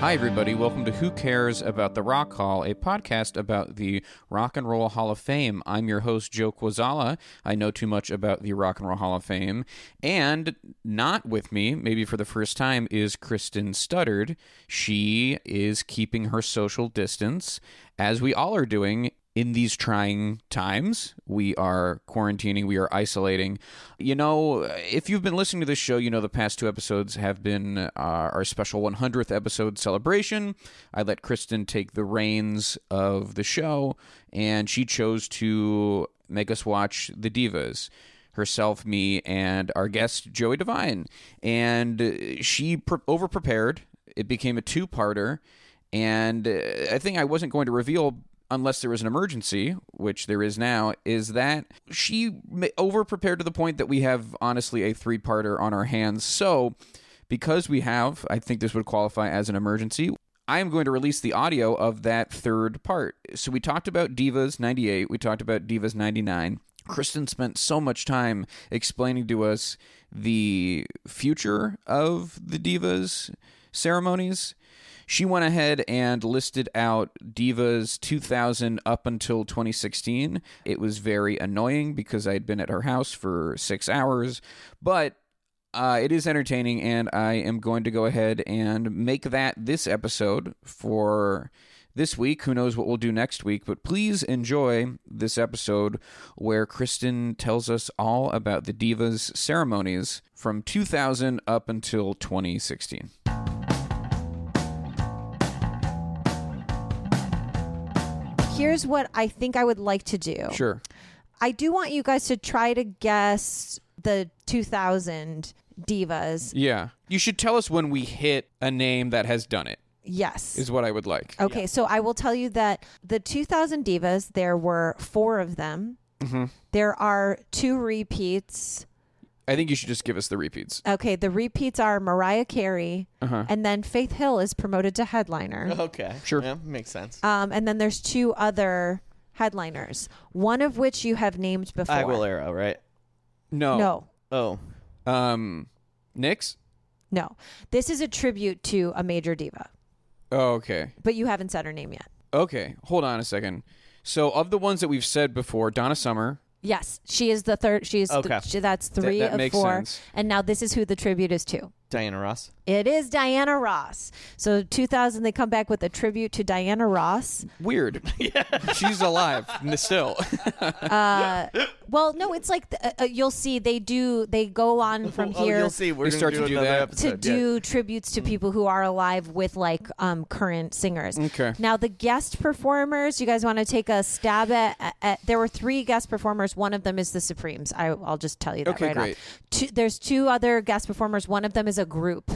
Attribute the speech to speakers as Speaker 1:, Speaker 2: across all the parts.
Speaker 1: Hi, everybody. Welcome to Who Cares About the Rock Hall, a podcast about the Rock and Roll Hall of Fame. I'm your host, Joe Quazala. I know too much about the Rock and Roll Hall of Fame. And not with me, maybe for the first time, is Kristen Studdard. She is keeping her social distance, as we all are doing in these trying times. We are quarantining, we are isolating. You know, if you've been listening to this show, you know the past two episodes have been uh, our special 100th episode celebration. I let Kristen take the reins of the show, and she chose to make us watch The Divas herself, me, and our guest, Joey Devine. And uh, she pre- over prepared. It became a two parter. And uh, a thing I wasn't going to reveal unless there was an emergency, which there is now, is that she over prepared to the point that we have honestly a three parter on our hands. So, because we have, I think this would qualify as an emergency. I am going to release the audio of that third part. So, we talked about Divas 98, we talked about Divas 99. Kristen spent so much time explaining to us the future of the Divas ceremonies. She went ahead and listed out Divas 2000 up until 2016. It was very annoying because I'd been at her house for six hours, but uh, it is entertaining, and I am going to go ahead and make that this episode for this week. Who knows what we'll do next week, but please enjoy this episode where Kristen tells us all about the Divas ceremonies from 2000 up until 2016.
Speaker 2: Here's what I think I would like to do.
Speaker 1: Sure.
Speaker 2: I do want you guys to try to guess the 2000 divas.
Speaker 1: Yeah. You should tell us when we hit a name that has done it,
Speaker 2: Yes.
Speaker 1: is what I would like.
Speaker 2: okay, so I will tell you that the 2000 divas, there were four of them. There are two repeats.
Speaker 1: I think you should just give us the repeats.
Speaker 2: Okay, the repeats are Mariah Carey, and then Faith Hill is promoted to headliner.
Speaker 3: Okay.
Speaker 1: Sure.
Speaker 3: Yeah, makes sense.
Speaker 2: Um, and then there's two other headliners, one of which you have named before.
Speaker 3: Aguilera, right?
Speaker 1: No.
Speaker 2: No,
Speaker 3: Oh.
Speaker 1: Um, Nyx?
Speaker 2: no. This is a tribute to a major diva,
Speaker 1: Oh, okay.
Speaker 2: but you haven't said her name yet.
Speaker 1: Okay. Hold on a second. So, of the ones that we've said before, Donna Summer.
Speaker 2: Yes, she is the third. She is the-
Speaker 3: Okay.
Speaker 2: she- that's three
Speaker 1: that
Speaker 2: of
Speaker 1: makes
Speaker 2: four.
Speaker 1: sense.
Speaker 2: And now this is who the tribute is to.
Speaker 3: Diana Ross.
Speaker 2: It is Diana Ross. So 2000, they come back with a tribute to Diana Ross.
Speaker 1: Weird. She's alive n- still.
Speaker 2: Well, no, it's like the, uh, uh, you'll see they do. They go on from
Speaker 3: oh,
Speaker 2: here
Speaker 3: you'll see. We're
Speaker 1: They
Speaker 3: gonna
Speaker 1: start
Speaker 3: do
Speaker 1: to do
Speaker 3: another
Speaker 1: that.
Speaker 2: to
Speaker 3: episode. yeah.
Speaker 2: do tributes to people who are alive with like um, current singers.
Speaker 1: Okay.
Speaker 2: Now the guest performers, you guys want to take a stab at, at, at- There were three guest performers. One of them is the Supremes. I, I'll just tell you that
Speaker 1: Okay,
Speaker 2: right
Speaker 1: great.
Speaker 2: off. Two, there's two other guest performers. One of them is a group.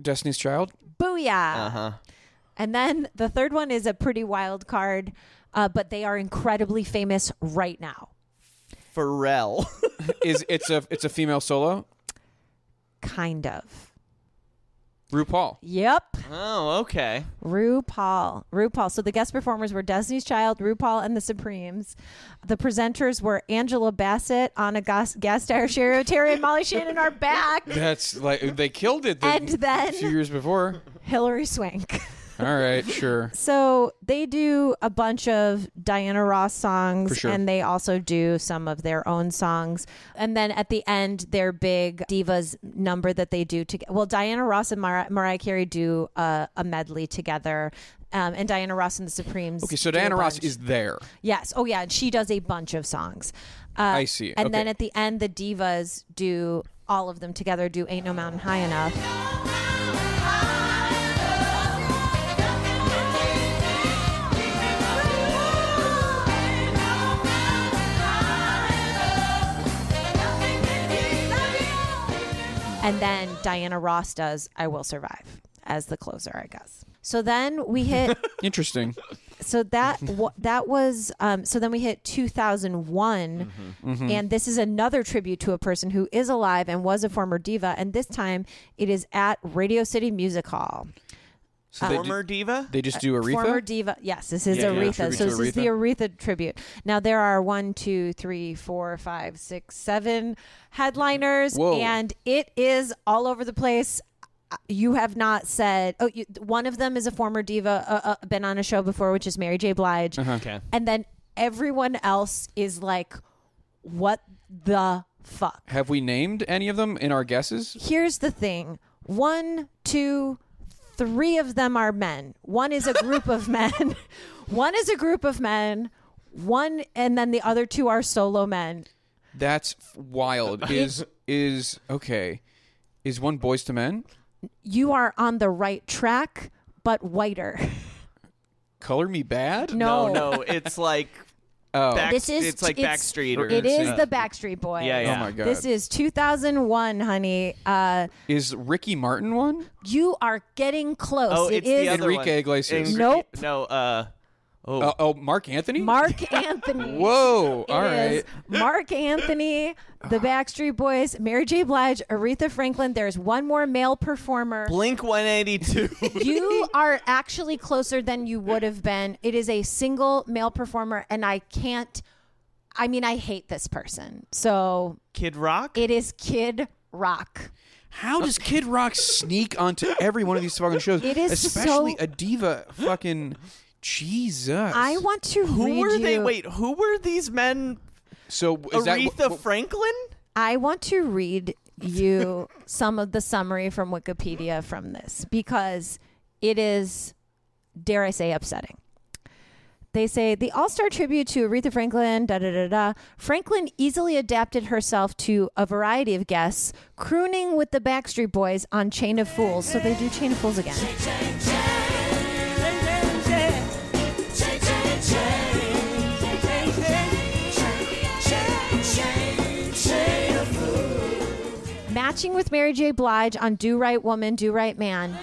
Speaker 1: Destiny's Child?
Speaker 2: Booyah!
Speaker 3: Uh-huh.
Speaker 2: And then the third one is a pretty wild card, uh, but they are incredibly famous right now.
Speaker 3: Pharrell.
Speaker 1: Is it's a it's a female solo?
Speaker 2: Kind of.
Speaker 1: RuPaul.
Speaker 2: Yep.
Speaker 3: oh, okay.
Speaker 2: RuPaul. RuPaul. So the guest performers were Destiny's Child, RuPaul, and the Supremes. The presenters were Angela Bassett, Anna Gas- Gasteyer, Sherry O'Terry, and Molly Shannon are back.
Speaker 1: That's like they killed it
Speaker 2: the- And then-
Speaker 1: a
Speaker 2: a
Speaker 1: few
Speaker 2: few
Speaker 1: years before.
Speaker 2: Hillary Swank.
Speaker 1: All right, sure.
Speaker 2: So they do a bunch of Diana Ross songs,
Speaker 1: For sure.
Speaker 2: and they also do some of their own songs. And then at the end, their big divas number that they do together. Well, Diana Ross and Mar- Mariah Carey do a, a medley together, um, and Diana Ross and the Supremes.
Speaker 1: Okay, so
Speaker 2: do a
Speaker 1: Diana Ross
Speaker 2: bunch.
Speaker 1: is there.
Speaker 2: Yes. Oh, yeah. And she does a bunch of songs. Uh,
Speaker 1: I see.
Speaker 2: And then
Speaker 1: Okay.
Speaker 2: at the end, the divas do all of them together. Do "Ain't No Mountain High Enough." And then Diana Ross does I Will Survive as the closer, I guess. So then we hit
Speaker 1: Interesting.
Speaker 2: so that wa that was um, so then we hit 2001
Speaker 1: Mm-hmm.
Speaker 2: and this is another tribute to a person who is alive and was a former diva and this time it is at radio city music hall
Speaker 1: So they,
Speaker 3: Former
Speaker 1: ju-
Speaker 3: diva?
Speaker 1: they just do Aretha.
Speaker 2: former diva yes this is
Speaker 1: Yeah, yeah, tribute
Speaker 2: aretha so
Speaker 1: to
Speaker 2: this is the aretha tribute now there are one two three four five six seven headliners
Speaker 1: Whoa.
Speaker 2: and it is all over the place Uh, you have not said oh you, one of them is a former diva uh, uh, been on a show before which is mary j blige
Speaker 1: Uh-huh.
Speaker 3: okay.
Speaker 2: and then everyone else is like, what the fuck?
Speaker 1: Have we named any of them in our guesses?
Speaker 2: Here's the thing one, two, three of them are men. One is a group of men. One is a group of men. One, and then the other two are solo men.
Speaker 1: That's f- wild. Is is okay? Is one Boys to Men?
Speaker 2: You are on the right track, but whiter.
Speaker 1: Color Me Bad?
Speaker 2: No,
Speaker 3: No, no, it's like
Speaker 1: Oh.
Speaker 3: back,
Speaker 2: This is-
Speaker 3: it's like
Speaker 2: it's-
Speaker 3: Backstreet or
Speaker 2: It is
Speaker 3: uh,
Speaker 2: the Backstreet Boys.
Speaker 3: Yeah, yeah.
Speaker 1: Oh my God.
Speaker 2: This is 2001, honey. Uh,
Speaker 1: Is Ricky Martin one?
Speaker 2: you are getting close.
Speaker 3: Oh,
Speaker 2: it
Speaker 3: it's
Speaker 2: is
Speaker 3: the other
Speaker 1: Enrique
Speaker 3: one.
Speaker 1: Iglesias.
Speaker 3: Engri-
Speaker 2: Nope.
Speaker 3: No, uh oh,
Speaker 1: Uh, oh, Mark Anthony.
Speaker 2: Mark Anthony.
Speaker 1: Whoa!
Speaker 2: It
Speaker 1: all right.
Speaker 2: is Mark Anthony, the Backstreet Boys, Mary J. Blige, Aretha Franklin. There's one more male performer.
Speaker 3: Blink 182.
Speaker 2: You are actually closer than you would have been. It is a single male performer, and I can't. I mean, I hate this person. So
Speaker 3: Kid Rock?
Speaker 2: it is Kid Rock.
Speaker 1: How does Kid Rock sneak onto every one of these fucking shows?
Speaker 2: It is
Speaker 1: especially
Speaker 2: so-
Speaker 1: a diva. Fucking Jesus.
Speaker 2: I want to read
Speaker 3: who were they?
Speaker 2: you-
Speaker 3: Wait, who were these men?
Speaker 1: So is that
Speaker 3: Aretha Franklin?
Speaker 2: I want to read you some of the summary from Wikipedia from this because it is, dare I say, upsetting. They say the All Star tribute to Aretha Franklin, da da da da. Franklin easily adapted herself to a variety of guests, crooning with the Backstreet Boys on Chain of Fools. So they do Chain of Fools again. Matching with Mary J. Blige on Do Right Woman, Do Right Man.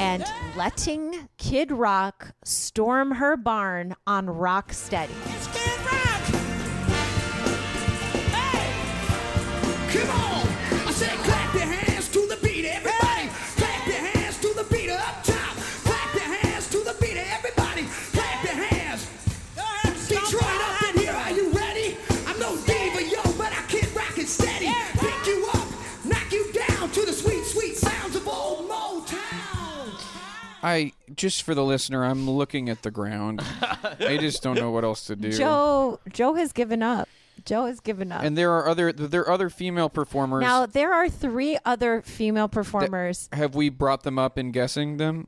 Speaker 2: and letting Kid Rock storm her barn on Rocksteady.
Speaker 4: Steady, pick you up, knock you down to the sweet, sweet sounds of old Motown.
Speaker 1: I just for the listener, I'm looking at the ground. I just don't know what else to do.
Speaker 2: Joe Joe has given up. Joe has given up.
Speaker 1: And there are other there are other female performers.
Speaker 2: now there are three other female performers.
Speaker 1: have we brought them up in guessing them?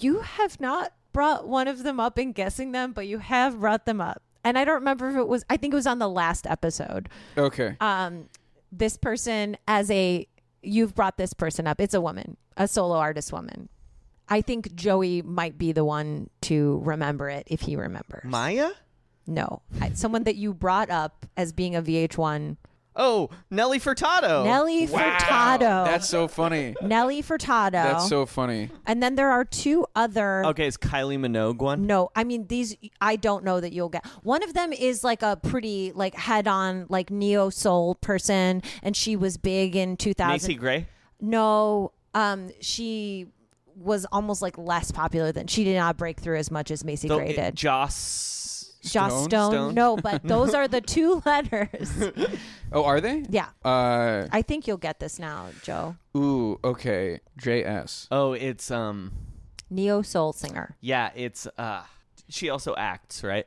Speaker 2: you have not brought one of them up in guessing them, but you have brought them up. And I don't remember if it was I think it was on the last episode.
Speaker 1: Okay.
Speaker 2: Um this person as a you've brought this person up. It's a woman, a solo artist woman. I think Joey might be the one to remember it if he remembers.
Speaker 3: Maya?
Speaker 2: No, I, someone that you brought up as being a VH1.
Speaker 3: Oh, Nelly Furtado.
Speaker 2: Nelly Furtado.
Speaker 1: Oh, That's so funny.
Speaker 2: Nelly Furtado.
Speaker 1: That's so funny.
Speaker 2: and then there are two other.
Speaker 3: Okay, is Kylie Minogue one?
Speaker 2: No, I mean these. I don't know that you'll get. One of them is like a pretty like head-on like neo soul person, and she was big in 2000.
Speaker 3: Macy Gray?
Speaker 2: No, um, she was almost like less popular than she did not break through as much as Macy
Speaker 3: The-
Speaker 2: Gray did.
Speaker 3: Joss
Speaker 2: Joss
Speaker 1: Stone?
Speaker 2: Stone.
Speaker 3: Stone?
Speaker 2: No, but those are the two letters.
Speaker 1: Oh, are they?
Speaker 2: yeah.
Speaker 1: Uh,
Speaker 2: I think you'll get this now, Joe.
Speaker 1: ooh, okay. JS.
Speaker 3: Oh, it's um,
Speaker 2: Neo soul singer.
Speaker 3: yeah, it's uh, she also acts, right?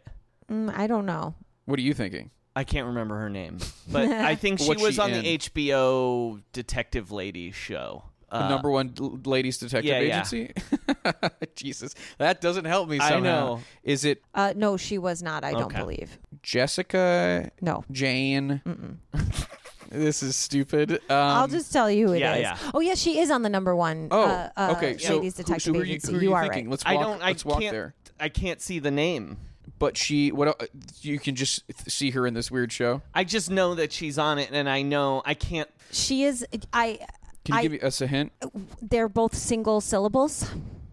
Speaker 2: Mm, I don't know.
Speaker 1: What are you thinking?
Speaker 3: I can't remember her name, but I think she
Speaker 1: What's
Speaker 3: was
Speaker 1: she
Speaker 3: on
Speaker 1: in?
Speaker 3: the HBO Detective Lady show.
Speaker 1: The
Speaker 3: Uh,
Speaker 1: number one l- ladies detective
Speaker 3: yeah, yeah.
Speaker 1: agency. Jesus, that doesn't help me
Speaker 3: I
Speaker 1: somehow.
Speaker 3: know.
Speaker 1: Is it
Speaker 2: Uh, no, she was not. I don't
Speaker 3: Okay.
Speaker 2: believe.
Speaker 1: Jessica
Speaker 2: No.
Speaker 1: Jane? this is stupid. Um,
Speaker 2: I'll just tell you it is.
Speaker 3: yeah, yeah.
Speaker 2: Oh yeah, she is on the number one.
Speaker 1: Oh,
Speaker 2: uh, uh,
Speaker 1: okay. So,
Speaker 2: ladies
Speaker 1: who-
Speaker 2: detective
Speaker 1: so who are you,
Speaker 2: agency.
Speaker 1: who are
Speaker 2: you
Speaker 1: you
Speaker 2: are
Speaker 1: thinking?
Speaker 2: right.
Speaker 1: Let's walk.
Speaker 3: I don't. I
Speaker 1: let's walk
Speaker 3: can't.
Speaker 1: there.
Speaker 3: I can't see the name.
Speaker 1: But she, what? el- uh, You can just th- see her in this weird show.
Speaker 3: I just know that she's on it, and I know I can't.
Speaker 2: She is. I.
Speaker 1: Can you
Speaker 2: I- Uh,
Speaker 1: give me- us a hint?
Speaker 2: They're both single syllables,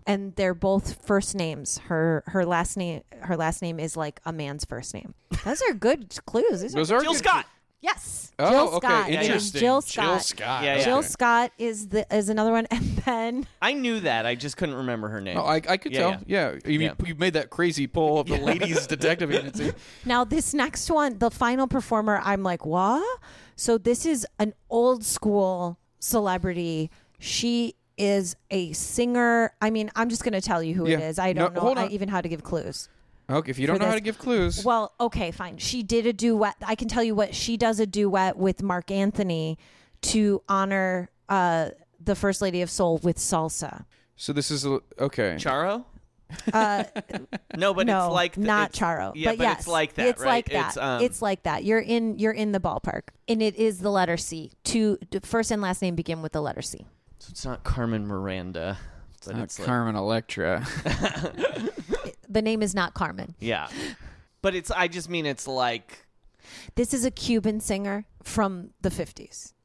Speaker 2: and they're both first names. Her her last name her last name is like a man's first name. Those are good clues. These
Speaker 1: Those
Speaker 2: are
Speaker 1: are
Speaker 3: Jill
Speaker 1: good-
Speaker 3: Scott.
Speaker 2: yes.
Speaker 1: Oh,
Speaker 2: Jill
Speaker 1: okay.
Speaker 2: Scott. It is
Speaker 1: Interesting.
Speaker 2: Jill Scott.
Speaker 1: Jill Scott.
Speaker 3: Yeah, yeah.
Speaker 2: Jill
Speaker 1: okay.
Speaker 2: Scott is the is another one, and then
Speaker 3: I knew that. I just couldn't remember her name.
Speaker 1: Oh, I, I could
Speaker 3: Yeah,
Speaker 1: tell. Yeah,
Speaker 3: yeah.
Speaker 1: You,
Speaker 3: Yeah.
Speaker 1: you made that crazy poll of the ladies detective agency.
Speaker 2: Now, this next one, the final performer, I'm like, what? So, this is an old school celebrity. She is a singer. I mean, I'm just going to tell you who it
Speaker 1: Yeah.
Speaker 2: is. I
Speaker 1: No,
Speaker 2: don't know
Speaker 1: hold
Speaker 2: I-
Speaker 1: on.
Speaker 2: even how to give clues.
Speaker 1: Okay, if you don't
Speaker 2: for
Speaker 1: know how
Speaker 2: this.
Speaker 1: to give clues,
Speaker 2: Well, okay, fine. She did a duet. I can tell you what she does a duet with Mark Anthony to honor uh, the First Lady of Soul with salsa. Uh,
Speaker 1: so this is a- okay.
Speaker 3: Charo. no, but
Speaker 2: no,
Speaker 3: it's like th-
Speaker 2: not
Speaker 3: it's-
Speaker 2: Charo.
Speaker 3: Yeah, but,
Speaker 2: yes,
Speaker 3: it's like that.
Speaker 2: It's
Speaker 3: right?
Speaker 2: like that.
Speaker 3: It's,
Speaker 2: It's,
Speaker 3: um,
Speaker 2: like that. You're in. You're in the ballpark, and it is the letter C. Two d- first and last name begin with the letter C.
Speaker 3: so it's not Carmen Miranda, but
Speaker 1: Not
Speaker 3: it's like,
Speaker 1: Uh, Carmen Electra.
Speaker 2: The name is not Carmen.
Speaker 3: yeah. But it's. I just mean it's like
Speaker 2: This is a Cuban singer from the f'50s.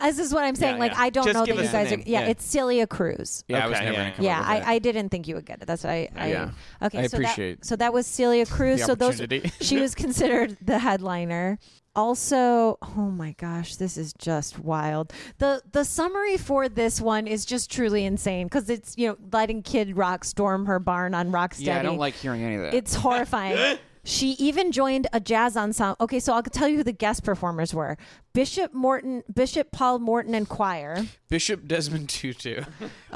Speaker 2: This is what I'm saying.
Speaker 3: Yeah,
Speaker 2: like
Speaker 3: yeah.
Speaker 2: I don't
Speaker 3: Just
Speaker 2: know
Speaker 3: give
Speaker 2: that you
Speaker 3: us the
Speaker 2: guys are.
Speaker 3: name.
Speaker 2: Yeah,
Speaker 3: Yeah.
Speaker 2: it's Celia Cruz.
Speaker 1: Yeah, I was
Speaker 3: Okay,
Speaker 1: never
Speaker 3: yeah,
Speaker 1: gonna
Speaker 3: yeah.
Speaker 1: come
Speaker 2: yeah,
Speaker 1: up with that.
Speaker 2: I, I didn't think you would get it. That's what I. I
Speaker 1: Yeah.
Speaker 2: Okay,
Speaker 1: I
Speaker 2: so
Speaker 1: appreciate
Speaker 2: That, so that was Celia Cruz.
Speaker 1: the
Speaker 2: So those
Speaker 1: opportunity.
Speaker 2: she was considered the headliner. Also, oh my gosh, this is just wild. the The summary for this one is just truly insane because it's you know letting Kid Rock storm her barn on Rocksteady.
Speaker 1: yeah, I don't like hearing any of that.
Speaker 2: It's horrifying. she even joined a jazz ensemble. Okay, so I'll tell you who the guest performers were: Bishop Morton, Bishop Paul Morton, and choir.
Speaker 1: Bishop Desmond Tutu,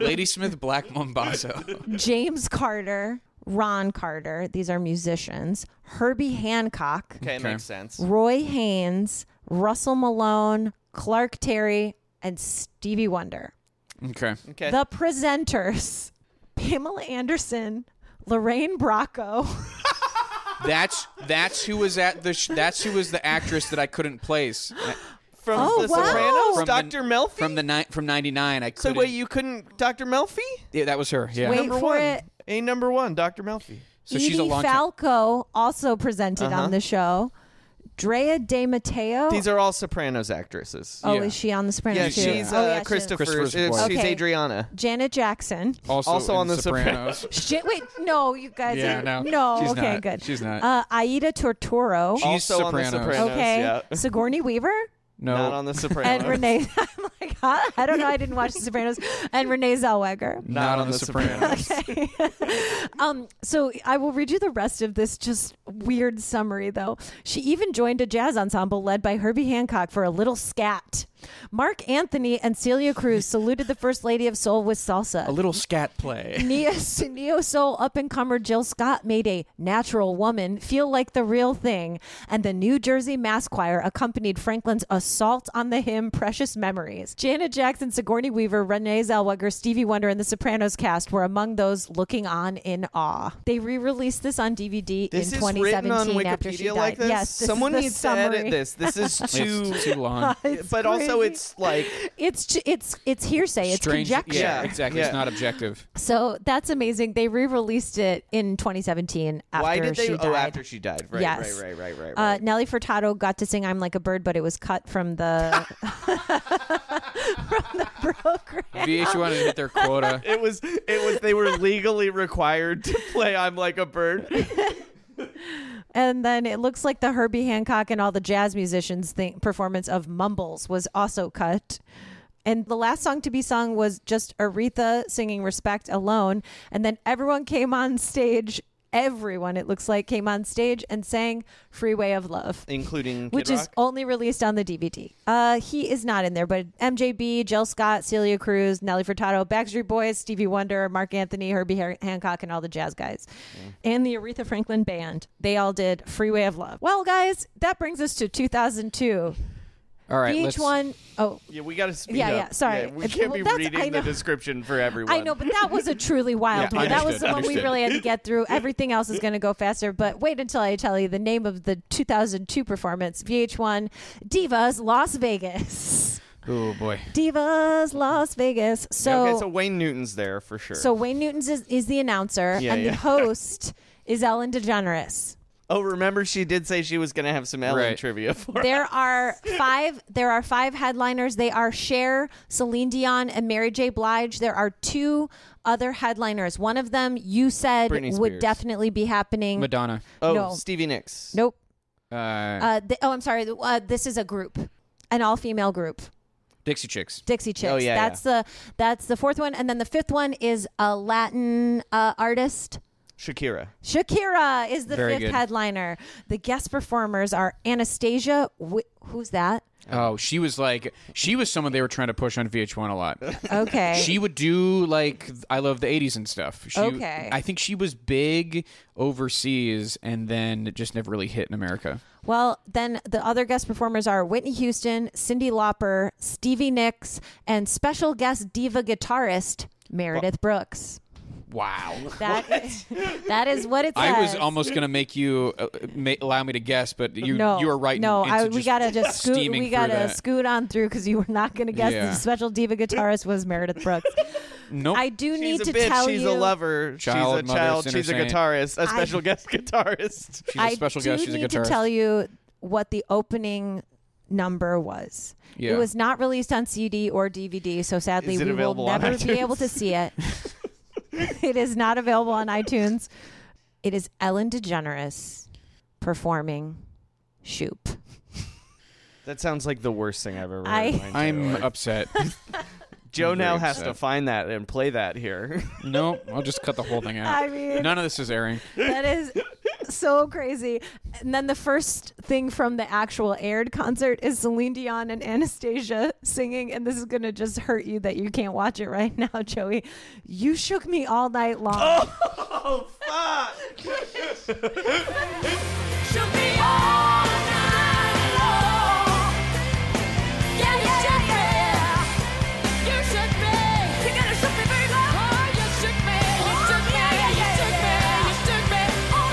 Speaker 1: Ladysmith Black Mombazo.
Speaker 2: James Carter, Ron Carter, these are musicians, Herbie Hancock,
Speaker 3: okay, it makes sense.
Speaker 2: Roy Haynes, Russell Malone, Clark Terry, and Stevie Wonder.
Speaker 1: Okay.
Speaker 3: Okay.
Speaker 2: The presenters, Pamela Anderson, Lorraine Bracco.
Speaker 1: That's that's who was at the sh- that's who was the actress that I couldn't place
Speaker 3: from
Speaker 2: Oh,
Speaker 3: The
Speaker 2: wow.
Speaker 3: Sopranos,
Speaker 1: From the-
Speaker 3: Dr. Melfi.
Speaker 1: from the ni- from 99 I
Speaker 3: so
Speaker 1: couldn't
Speaker 3: wait, you couldn't Dr. Melfi?
Speaker 1: Yeah, that was her. Yeah.
Speaker 2: Wait
Speaker 3: Number
Speaker 2: for
Speaker 3: one.
Speaker 2: it.
Speaker 3: A number one, Dr. Melfi.
Speaker 1: so
Speaker 2: Edie
Speaker 1: she's a Uh-huh. long time.
Speaker 2: Falco also presented on the show. Drea De Matteo.
Speaker 3: These are all Sopranos actresses.
Speaker 2: oh,
Speaker 1: yeah.
Speaker 2: is she on The Sopranos
Speaker 3: yeah,
Speaker 2: too?
Speaker 3: she's
Speaker 2: Oh,
Speaker 3: uh,
Speaker 2: yeah, she is.
Speaker 3: Christopher.
Speaker 1: Christopher's
Speaker 3: it's-
Speaker 1: wife.
Speaker 3: She's
Speaker 2: Okay.
Speaker 3: Adriana.
Speaker 2: Janet Jackson.
Speaker 1: Also,
Speaker 3: Also
Speaker 1: in
Speaker 3: on The
Speaker 1: Sopranos.
Speaker 2: Shit, wait, no, you guys
Speaker 1: Yeah,
Speaker 2: are
Speaker 1: no, she's
Speaker 2: okay,
Speaker 1: not.
Speaker 2: good.
Speaker 1: She's not.
Speaker 2: Uh, Aida Tortoro.
Speaker 1: She's
Speaker 3: also on The
Speaker 1: Sopranos.
Speaker 3: Sopranos.
Speaker 2: okay,
Speaker 3: Yeah.
Speaker 2: Sigourney Weaver
Speaker 1: no.
Speaker 3: Not on The Sopranos.
Speaker 2: and Renee. I'm like, huh? I don't know. I didn't watch The Sopranos. And Renee Zellweger.
Speaker 1: not, on, the, Sopranos.
Speaker 2: Um, so I will read you the rest of this just weird summary, though. She even joined a jazz ensemble led by Herbie Hancock for a little scat. Mark Anthony and Celia Cruz saluted the First Lady of Soul with salsa.
Speaker 1: a little scat play.
Speaker 2: Neo, neo soul up and comer Jill Scott made a natural woman feel like the real thing, and the New Jersey Mass Choir accompanied Franklin's assault on the hymn Precious Memories. Janet Jackson, Sigourney Weaver, Renee Zellweger, Stevie Wonder, and the Sopranos cast were among those looking on in awe. They re released this on DVD
Speaker 3: This
Speaker 2: in
Speaker 3: is
Speaker 2: 2017
Speaker 3: written on
Speaker 2: after she
Speaker 3: Wikipedia
Speaker 2: died.
Speaker 3: like this.
Speaker 2: Yes, this is
Speaker 3: Someone
Speaker 2: the
Speaker 3: needs to
Speaker 2: summary.
Speaker 3: edit this. This is too.
Speaker 1: It's too long.
Speaker 3: but also,
Speaker 2: crazy.
Speaker 3: it's like
Speaker 2: It's it's it's hearsay. It's
Speaker 1: Strange.
Speaker 2: conjecture.
Speaker 1: Yeah, exactly.
Speaker 3: Yeah.
Speaker 1: It's not objective.
Speaker 2: So that's amazing. They re-released it in 2017 after
Speaker 3: why did they?
Speaker 2: she died.
Speaker 3: Oh, after she died. Right.
Speaker 2: Yes.
Speaker 3: Right. Right. Right. Right.
Speaker 2: Uh,
Speaker 3: right.
Speaker 2: Nelly Furtado got to sing "I'm Like a Bird," but it was cut from the from the program.
Speaker 1: VH1 had hit their quota.
Speaker 3: it was. It was. They were legally required to play "I'm Like a Bird."
Speaker 2: And then it looks like the Herbie Hancock and all the jazz musicians' thing, performance of "Mumbles" was also cut. And the last song to be sung was just Aretha singing "Respect" alone, and then everyone came on stage everyone, it looks like, came on stage and sang Freeway of Love.
Speaker 3: including Kid
Speaker 2: which is
Speaker 3: Rock?
Speaker 2: only released on the DVD. Uh, he is not in there, but MJB, Jill Scott, Celia Cruz, Nelly Furtado, Backstreet Boys, Stevie Wonder, Mark Anthony, Herbie Har- Hancock, and all the jazz guys, and the Aretha Franklin band. They all did "Freeway of Love." Well, guys, that brings us to 2002.
Speaker 1: All right, let's-
Speaker 2: VH1. Oh,
Speaker 3: Yeah, we got to speed
Speaker 2: Yeah,
Speaker 3: up.
Speaker 2: yeah, sorry.
Speaker 3: we
Speaker 2: It's-
Speaker 3: can't
Speaker 2: well,
Speaker 3: be
Speaker 2: that's- I
Speaker 3: reading
Speaker 2: know.
Speaker 3: the description for everyone.
Speaker 2: I know, but that was a truly wild
Speaker 3: Yeah,
Speaker 2: one. That was the
Speaker 3: understood,
Speaker 2: one we
Speaker 3: understood.
Speaker 2: really had to get through. Everything else is going to go faster, but wait until I tell you the name of the 2002 performance VH1 Divas Las Vegas.
Speaker 1: Oh boy.
Speaker 2: Divas Las Vegas. So,
Speaker 3: okay, so
Speaker 2: so,
Speaker 3: Wayne Newton's there for sure.
Speaker 2: Wayne Newton's is, is the announcer,
Speaker 3: Yeah,
Speaker 2: and
Speaker 3: yeah.
Speaker 2: the host is Ellen DeGeneres.
Speaker 3: oh, remember she did say she was going to have some Ellen
Speaker 1: Right.
Speaker 3: trivia for us.
Speaker 2: There are five. There are five headliners. They are Cher, Celine Dion, and Mary J. Blige. There are two other headliners. One of them you said
Speaker 3: Britney
Speaker 2: would
Speaker 3: Spears.
Speaker 2: definitely be happening.
Speaker 1: Madonna.
Speaker 3: Oh,
Speaker 2: no.
Speaker 3: Stevie Nicks.
Speaker 2: Nope.
Speaker 1: Uh,
Speaker 2: Uh, th- oh, I'm sorry. Uh, this is a group, an all-female group.
Speaker 1: Dixie Chicks.
Speaker 2: Dixie Chicks.
Speaker 3: Oh, yeah,
Speaker 2: that's the that's the fourth one, and then the fifth one is a Latin uh, artist.
Speaker 3: Shakira.
Speaker 2: Shakira is the
Speaker 1: Very
Speaker 2: fifth
Speaker 1: good.
Speaker 2: headliner. The guest performers are Anastasia. Wi- who's that?
Speaker 1: Oh, she was like she was someone they were trying to push on VH1 a lot.
Speaker 2: Okay.
Speaker 1: She would do like I love the 80s and stuff. She,
Speaker 2: Okay.
Speaker 1: I think she was big overseas and then it just never really hit in America.
Speaker 2: well, then the other guest performers are Whitney Houston, Cindy Lauper, Stevie Nicks, and special guest diva guitarist Meredith Brooks.
Speaker 1: Wow.
Speaker 2: That is, that is what it says.
Speaker 1: I was almost going to make you uh, ma- allow me to guess, but you
Speaker 2: no,
Speaker 1: you were right.
Speaker 2: No,
Speaker 1: into
Speaker 2: I, we
Speaker 1: just
Speaker 2: gotta just scoot.
Speaker 1: steaming
Speaker 2: We
Speaker 1: through
Speaker 2: gotta
Speaker 1: that.
Speaker 2: scoot on through because you were not gonna guess
Speaker 1: Yeah.
Speaker 2: the special diva guitarist was Meredith Brooks.
Speaker 1: Nope.
Speaker 2: I do
Speaker 3: She's
Speaker 2: need
Speaker 3: a
Speaker 2: to
Speaker 3: bitch.
Speaker 2: tell
Speaker 3: she's
Speaker 2: you.
Speaker 3: a lover.
Speaker 1: Child,
Speaker 3: she's a
Speaker 1: mother,
Speaker 3: child.
Speaker 1: sinner,
Speaker 3: She's a
Speaker 1: saint.
Speaker 3: guest guitarist. A
Speaker 2: I-
Speaker 3: special guest guitarist.
Speaker 1: she's a special guest.
Speaker 2: I do
Speaker 1: She's a
Speaker 2: need
Speaker 1: guitarist.
Speaker 2: to tell you what the opening number was.
Speaker 1: Yeah.
Speaker 2: It was not released on CD or DVD, so sadly
Speaker 3: Is it
Speaker 2: we will
Speaker 3: available on
Speaker 2: never be
Speaker 3: iTunes?
Speaker 2: able to see it. it is not available on iTunes. It is Ellen DeGeneres performing Shoop.
Speaker 3: That sounds like the worst thing I've ever
Speaker 2: I-
Speaker 3: heard. mine, too.
Speaker 1: I'm upset.
Speaker 3: Joe
Speaker 1: I'm
Speaker 3: now
Speaker 1: very
Speaker 3: has to
Speaker 1: upset.
Speaker 3: find that and play that here.
Speaker 1: no, I'll just cut the whole thing out.
Speaker 2: I mean-
Speaker 1: None of this is airing.
Speaker 2: That is so crazy. And then the first thing from the actual aired concert is Celine Dion and Anastasia singing. And this is going to just hurt you that you can't watch it right now, Joey. You shook me all night long.
Speaker 3: oh fuck!
Speaker 5: Should be all night long. Yeah, yeah, yeah, yeah. You should be. Together should be very long. Oh, you should be. You
Speaker 2: Oh,
Speaker 5: should be. You should be. You should be. All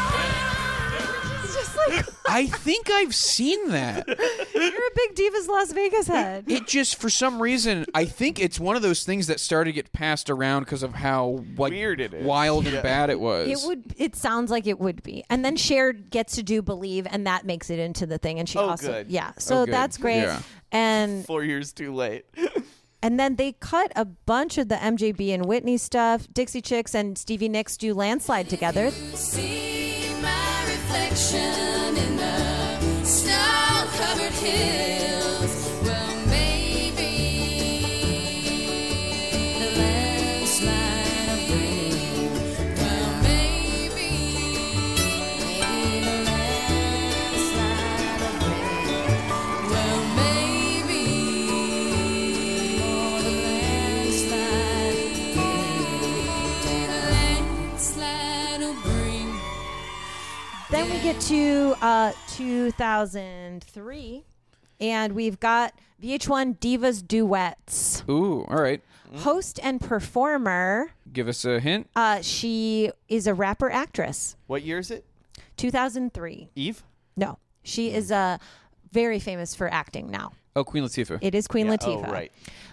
Speaker 5: night long.
Speaker 2: It's just like
Speaker 1: I think I've seen that.
Speaker 2: you're a big Divas Las Vegas head.
Speaker 1: It just for some reason I think it's one of those things that started to get passed around because of how like,
Speaker 3: Weird it is.
Speaker 1: wild and bad it was.
Speaker 2: It would. It sounds like it would be, and then Cher gets to do believe, and that makes it into the thing. And she
Speaker 3: Oh,
Speaker 2: also,
Speaker 3: good.
Speaker 2: yeah. So
Speaker 1: good.
Speaker 2: that's great.
Speaker 1: Yeah.
Speaker 2: And
Speaker 3: Four years too late.
Speaker 2: And then they cut a bunch of the MJB and Whitney stuff. Dixie Chicks and Stevie Nicks do Landslide together.
Speaker 5: See my reflection in the snow-covered hills. Well, maybe the landslide will bring. Well, maybe maybe the landslide will bring. Well, maybe more the landslide will bring. Landslide will bring.
Speaker 2: Then we get to uh, 2003, and we've got VH1 Divas Duets.
Speaker 1: Ooh, all right.
Speaker 2: Host and performer,
Speaker 1: Give us a hint.
Speaker 2: uh, she is a rapper actress.
Speaker 3: What year is it?
Speaker 2: 2003.
Speaker 3: Eve.
Speaker 2: No, she is uh, very famous for acting now.
Speaker 1: Oh, Queen Latifah.
Speaker 2: It is Queen
Speaker 3: Yeah, oh,
Speaker 2: Latifah.
Speaker 3: right.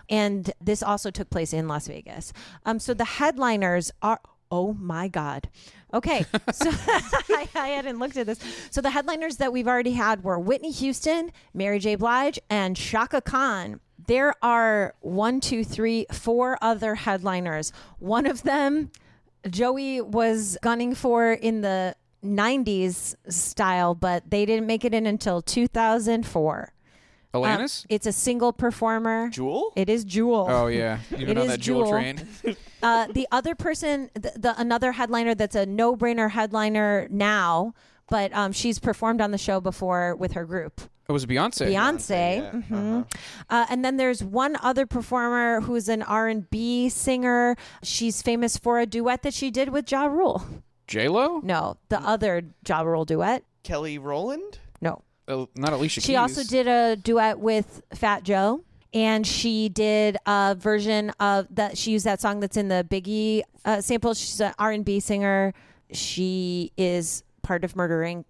Speaker 2: And this also took place in Las Vegas. Um, so the headliners are. Oh my God. Okay. So I, I hadn't looked at this. So the headliners that we've already had were Whitney Houston, Mary J. Blige, and Shaka Khan. There are one, two, three, four other headliners. One of them Joey was gunning for in the 90s style, but they didn't make it in until 2004. Um,
Speaker 1: Alanis?
Speaker 2: it's a single performer.
Speaker 3: Jewel?
Speaker 2: It is Jewel.
Speaker 1: oh yeah, you've been
Speaker 2: It
Speaker 1: on
Speaker 2: is
Speaker 1: that jewel
Speaker 2: Jewel.
Speaker 1: train.
Speaker 2: Uh, the other person, the, the another headliner that's a no-brainer headliner now, but um, she's performed on the show before with her group.
Speaker 1: It Oh, was Beyonce. Uh-huh.
Speaker 2: Beyonce. hmm Uh, and then there's one other performer who's an R&B singer. She's famous for a duet that she did with Ja Rule.
Speaker 1: J Lo?
Speaker 2: No, the
Speaker 1: Mm.
Speaker 2: other Ja Rule duet.
Speaker 3: Kelly Rowland?
Speaker 2: No.
Speaker 1: Uh, not Alicia Keys.
Speaker 2: She also did a duet with Fat Joe. And she did a version of that. She used that song that's in the Biggie uh, sample. She's an R and B singer. She is part of Murder Inc.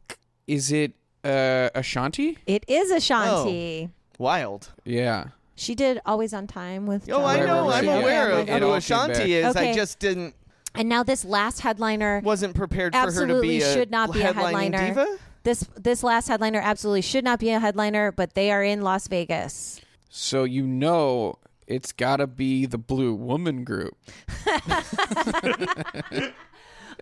Speaker 1: Is it uh, Ashanti?
Speaker 2: It is
Speaker 3: Oh.
Speaker 2: Ashanti.
Speaker 3: Wild.
Speaker 1: Yeah.
Speaker 2: She did Always on Time with.
Speaker 3: Oh,
Speaker 2: Ja
Speaker 3: I
Speaker 1: Right,
Speaker 3: know.
Speaker 1: right,
Speaker 3: I'm
Speaker 1: right.
Speaker 3: aware
Speaker 1: Yeah, it
Speaker 3: of who
Speaker 1: all came back.
Speaker 3: Ashanti is.
Speaker 2: Okay.
Speaker 3: I just didn't
Speaker 2: And now this last headliner
Speaker 3: wasn't prepared for her to
Speaker 2: absolutely
Speaker 3: be a
Speaker 2: should not be a
Speaker 3: headlining
Speaker 2: headliner.
Speaker 3: diva.
Speaker 2: This this last headliner absolutely should not be a headliner, but they are in Las Vegas.
Speaker 1: So you know it's gotta be the Blue Woman Group.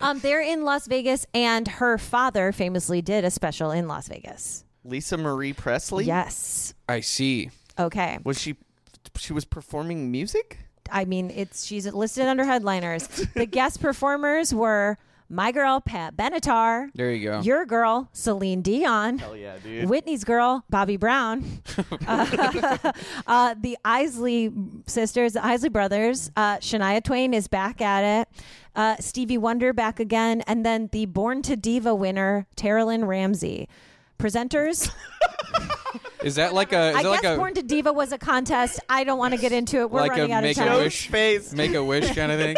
Speaker 2: Um, they're in Las Vegas, and her father famously did a special in Las Vegas.
Speaker 3: Lisa Marie Presley?
Speaker 2: Yes.
Speaker 1: I see.
Speaker 2: Okay.
Speaker 3: Was she she was performing music?
Speaker 2: I mean, it's she's listed under headliners. the guest performers were my girl Pat Benatar,
Speaker 1: There you go.
Speaker 2: your girl Celine Dion,
Speaker 3: yeah, dude.
Speaker 2: Whitney's girl, Bobby Brown, uh, uh, the Isley sisters, the Isley brothers, uh, Shania Twain is back at it, uh, Stevie Wonder back again, and then the Born to Diva winner, Tara Lynn Ramsey. Presenters,
Speaker 1: is that like a is that
Speaker 2: I guess
Speaker 1: like a
Speaker 2: Born to Diva was a contest. I don't want to get into it. We're
Speaker 1: like a
Speaker 2: running out of
Speaker 1: make
Speaker 2: time.
Speaker 1: a wish
Speaker 3: Face.
Speaker 1: make a wish kind of thing?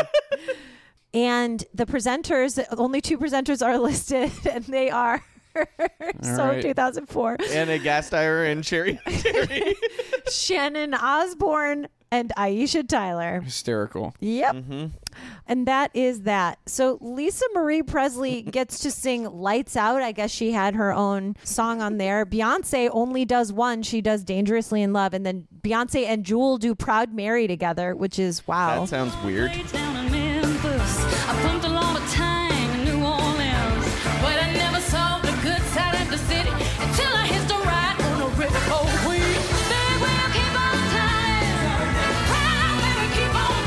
Speaker 2: And the presenters, only two presenters are listed, and they are. so
Speaker 1: right.
Speaker 2: 2004.
Speaker 3: Anna Gasteyer and Cherry.
Speaker 2: Shannon Osborne and Aisha Tyler.
Speaker 1: Hysterical.
Speaker 2: Yep. And that is that. So Lisa Marie Presley gets to sing Lights Out. I guess she had her own song on there. Beyonce only does one. She does Dangerously in Love. And then Beyonce and Jewel do Proud Mary together, which is wow.
Speaker 3: That sounds weird.
Speaker 5: Down in Memphis, I pumped a lot of time in New Orleans, but I never saw the good side of the city until I hit the ride on a river boat. We they will keep on time, proud Mary, keep on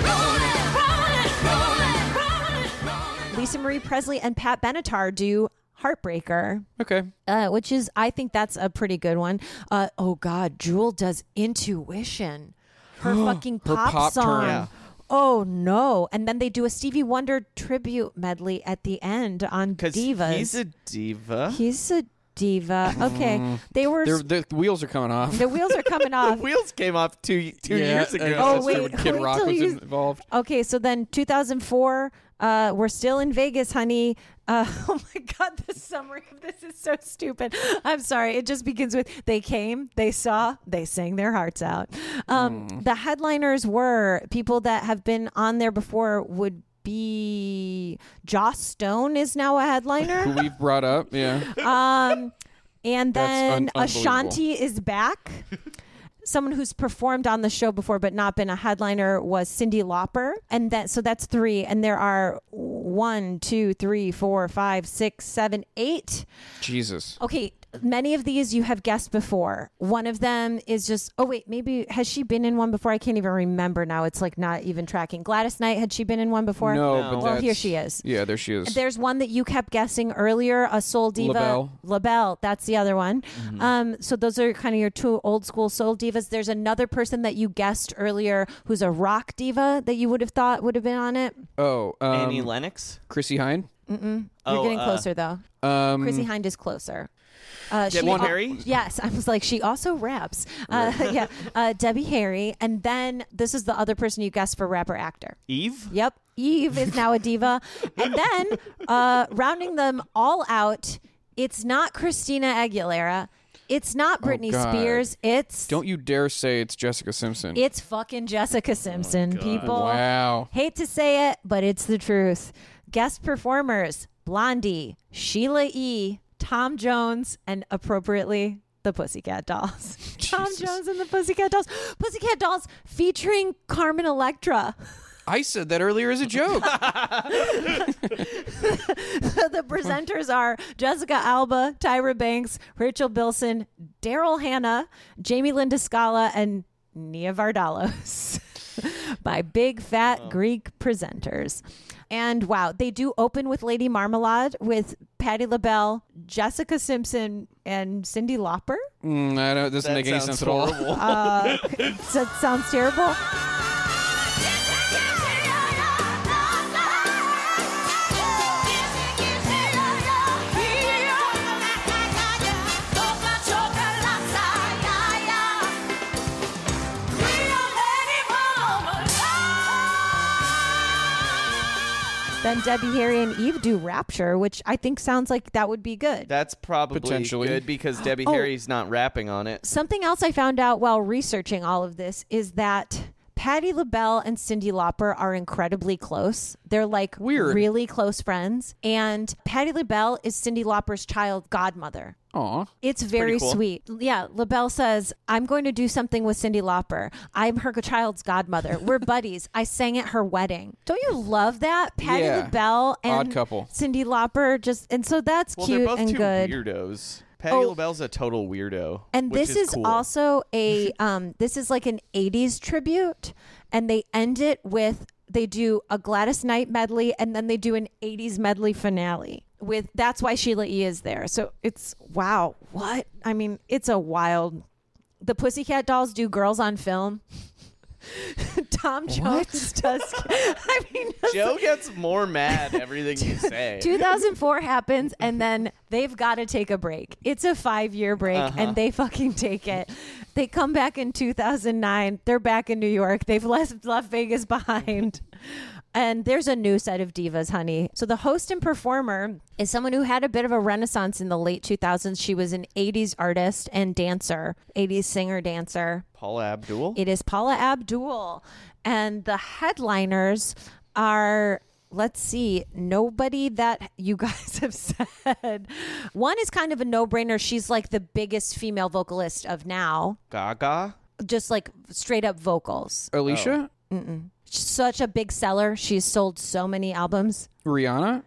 Speaker 5: burning, rolling, rolling, rolling, rolling, rolling.
Speaker 2: Lisa Marie Presley and Pat Benatar do Heartbreaker.
Speaker 1: Okay.
Speaker 2: uh, which is I think that's a pretty good one. Uh, oh God, Jewel does Intuition, her fucking
Speaker 1: Her
Speaker 2: pop,
Speaker 1: pop turn.
Speaker 2: song.
Speaker 1: Yeah.
Speaker 2: Oh no! And then they do a Stevie Wonder tribute medley at the end on
Speaker 3: Because
Speaker 2: divas.
Speaker 3: he's a diva.
Speaker 2: He's a diva. Okay, they were.
Speaker 1: They're, the wheels are coming off.
Speaker 2: the wheels are coming off.
Speaker 3: Wheels came off two two
Speaker 1: Yeah,
Speaker 3: years ago.
Speaker 1: uh,
Speaker 2: Oh,
Speaker 1: that's
Speaker 2: wait,
Speaker 1: when Kid
Speaker 2: wait
Speaker 1: Rock
Speaker 2: till
Speaker 1: was
Speaker 2: you-
Speaker 1: involved.
Speaker 2: Okay, so then 2004, uh, we're still in Vegas, honey. Uh, oh my God, the summary of this is so stupid. I'm sorry. It just begins with they came, they saw, they sang their hearts out. Um, The headliners were people that have been on there before would be Joss Stone is now a
Speaker 1: Who
Speaker 2: headliner.
Speaker 1: we've brought up, yeah.
Speaker 2: um, and
Speaker 1: That's
Speaker 2: then
Speaker 1: un- unbelievable.
Speaker 2: Ashanti is back. Someone who's performed on the show before but not been a headliner was Cindy Lauper. And that so that's three. And there are one, two, three, four, five, six, seven, eight.
Speaker 1: Jesus.
Speaker 2: Okay. Many of these you have guessed before. One of them is just oh wait, maybe has she been in one before? I can't even remember now. It's like not even tracking. Gladys Knight, had she been in one before?
Speaker 1: No, but
Speaker 2: Well, here
Speaker 1: that's-
Speaker 2: she is.
Speaker 1: Yeah, there she is.
Speaker 2: There's one that you kept guessing earlier, a soul diva.
Speaker 1: LaBelle. Mm-hmm.
Speaker 2: LaBelle, that's the other one. Um, so those are kind of your two old school soul divas. There's another person that you guessed earlier who's a rock diva that you would have thought would have been on it.
Speaker 1: oh, um,
Speaker 3: Annie Lennox.
Speaker 1: Chrissy Hine.
Speaker 2: You're
Speaker 3: Oh,
Speaker 2: getting
Speaker 3: uh,
Speaker 2: closer though.
Speaker 1: Um,
Speaker 2: Chrissy Hind is closer. Uh,
Speaker 3: Debbie
Speaker 2: al-
Speaker 3: Harry?
Speaker 2: yes, I was like she also raps. Uh, yeah, uh, Debbie Harry, and then this is the other person you guessed for rapper actor.
Speaker 3: Eve.
Speaker 2: Yep. Eve is now a diva. and then uh, rounding them all out, it's not Christina Aguilera. It's not Britney
Speaker 1: Oh, God.
Speaker 2: Spears. It's
Speaker 1: Don't you dare say it's Jessica Simpson.
Speaker 2: it's fucking Jessica Simpson, people.
Speaker 1: wow.
Speaker 2: Hate to say it, but it's the truth. Guest performers Blondie, Sheila E., Tom Jones, and appropriately, the Pussycat Dolls. Tom
Speaker 1: Jesus.
Speaker 2: Jones and the Pussycat Dolls. Pussycat Dolls featuring Carmen Electra.
Speaker 1: I said that earlier as a joke.
Speaker 2: the presenters are Jessica Alba, Tyra Banks, Rachel Bilson, Daryl Hannah, Jamie Linda Scala, and Nia Vardalos. My big fat Greek presenters. And wow, they do open with Lady Marmalade with Patti LaBelle, Jessica Simpson, and Cindy Lauper.
Speaker 1: Mm, I don't, doesn't
Speaker 3: That
Speaker 1: make any
Speaker 3: sounds
Speaker 1: sense at all.
Speaker 3: horrible.
Speaker 2: Uh, that sounds terrible. Then Debbie, Harry, and Eve do Rapture, which I think sounds like that would be good.
Speaker 3: That's probably
Speaker 1: Potentially.
Speaker 3: good because Debbie
Speaker 2: Oh.
Speaker 3: Harry's not rapping on it.
Speaker 2: Something else I found out while researching all of this is that Patti LaBelle and Cindy Lauper are incredibly close. They're like
Speaker 1: Weird.
Speaker 2: really close friends. And Patti LaBelle is Cindy Lauper's child godmother.
Speaker 1: Aw.
Speaker 2: It's very
Speaker 3: cool.
Speaker 2: sweet. Yeah, LaBelle says, I'm going to do something with Cindy Lauper. I'm her child's godmother. We're buddies. I sang at her wedding. Don't you love that? Patty
Speaker 1: Yeah.
Speaker 2: LaBelle and
Speaker 1: Odd couple.
Speaker 2: Cindy Lauper just and so that's
Speaker 3: Well,
Speaker 2: cute
Speaker 3: they're both
Speaker 2: and
Speaker 3: two
Speaker 2: good.
Speaker 3: weirdos. Patty
Speaker 2: Oh.
Speaker 3: LaBelle's a total weirdo.
Speaker 2: And
Speaker 3: which
Speaker 2: this is,
Speaker 3: cool.
Speaker 2: also a um, this is like an '80s tribute, and they end it with they do a Gladys Knight medley, and then they do an '80s medley finale with "That's Why Sheila E Is There." So it's wow, what I mean, it's a wild. The Pussycat Dolls do "Girls on Film." Tom Jones does. I mean,
Speaker 3: Joe gets more mad everything you say.
Speaker 2: 2004 happens and then they've got to take a break. It's a 5-year break and they fucking take it. They come back in 2009. They're back in New York. They've left left Vegas behind. And there's a new set of divas, honey. So the host and performer is someone who had a bit of a renaissance in the late 2000s. She was an 80s artist and dancer, 80s singer dancer.
Speaker 3: Paula Abdul.
Speaker 2: It is Paula Abdul. And the headliners are, let's see, nobody that you guys have said. One is kind of a no brainer. She's like the biggest female vocalist of now,
Speaker 3: Gaga.
Speaker 2: just like straight up vocals.
Speaker 1: Alicia?
Speaker 2: Such a big seller. She's sold so many albums.
Speaker 1: Rihanna?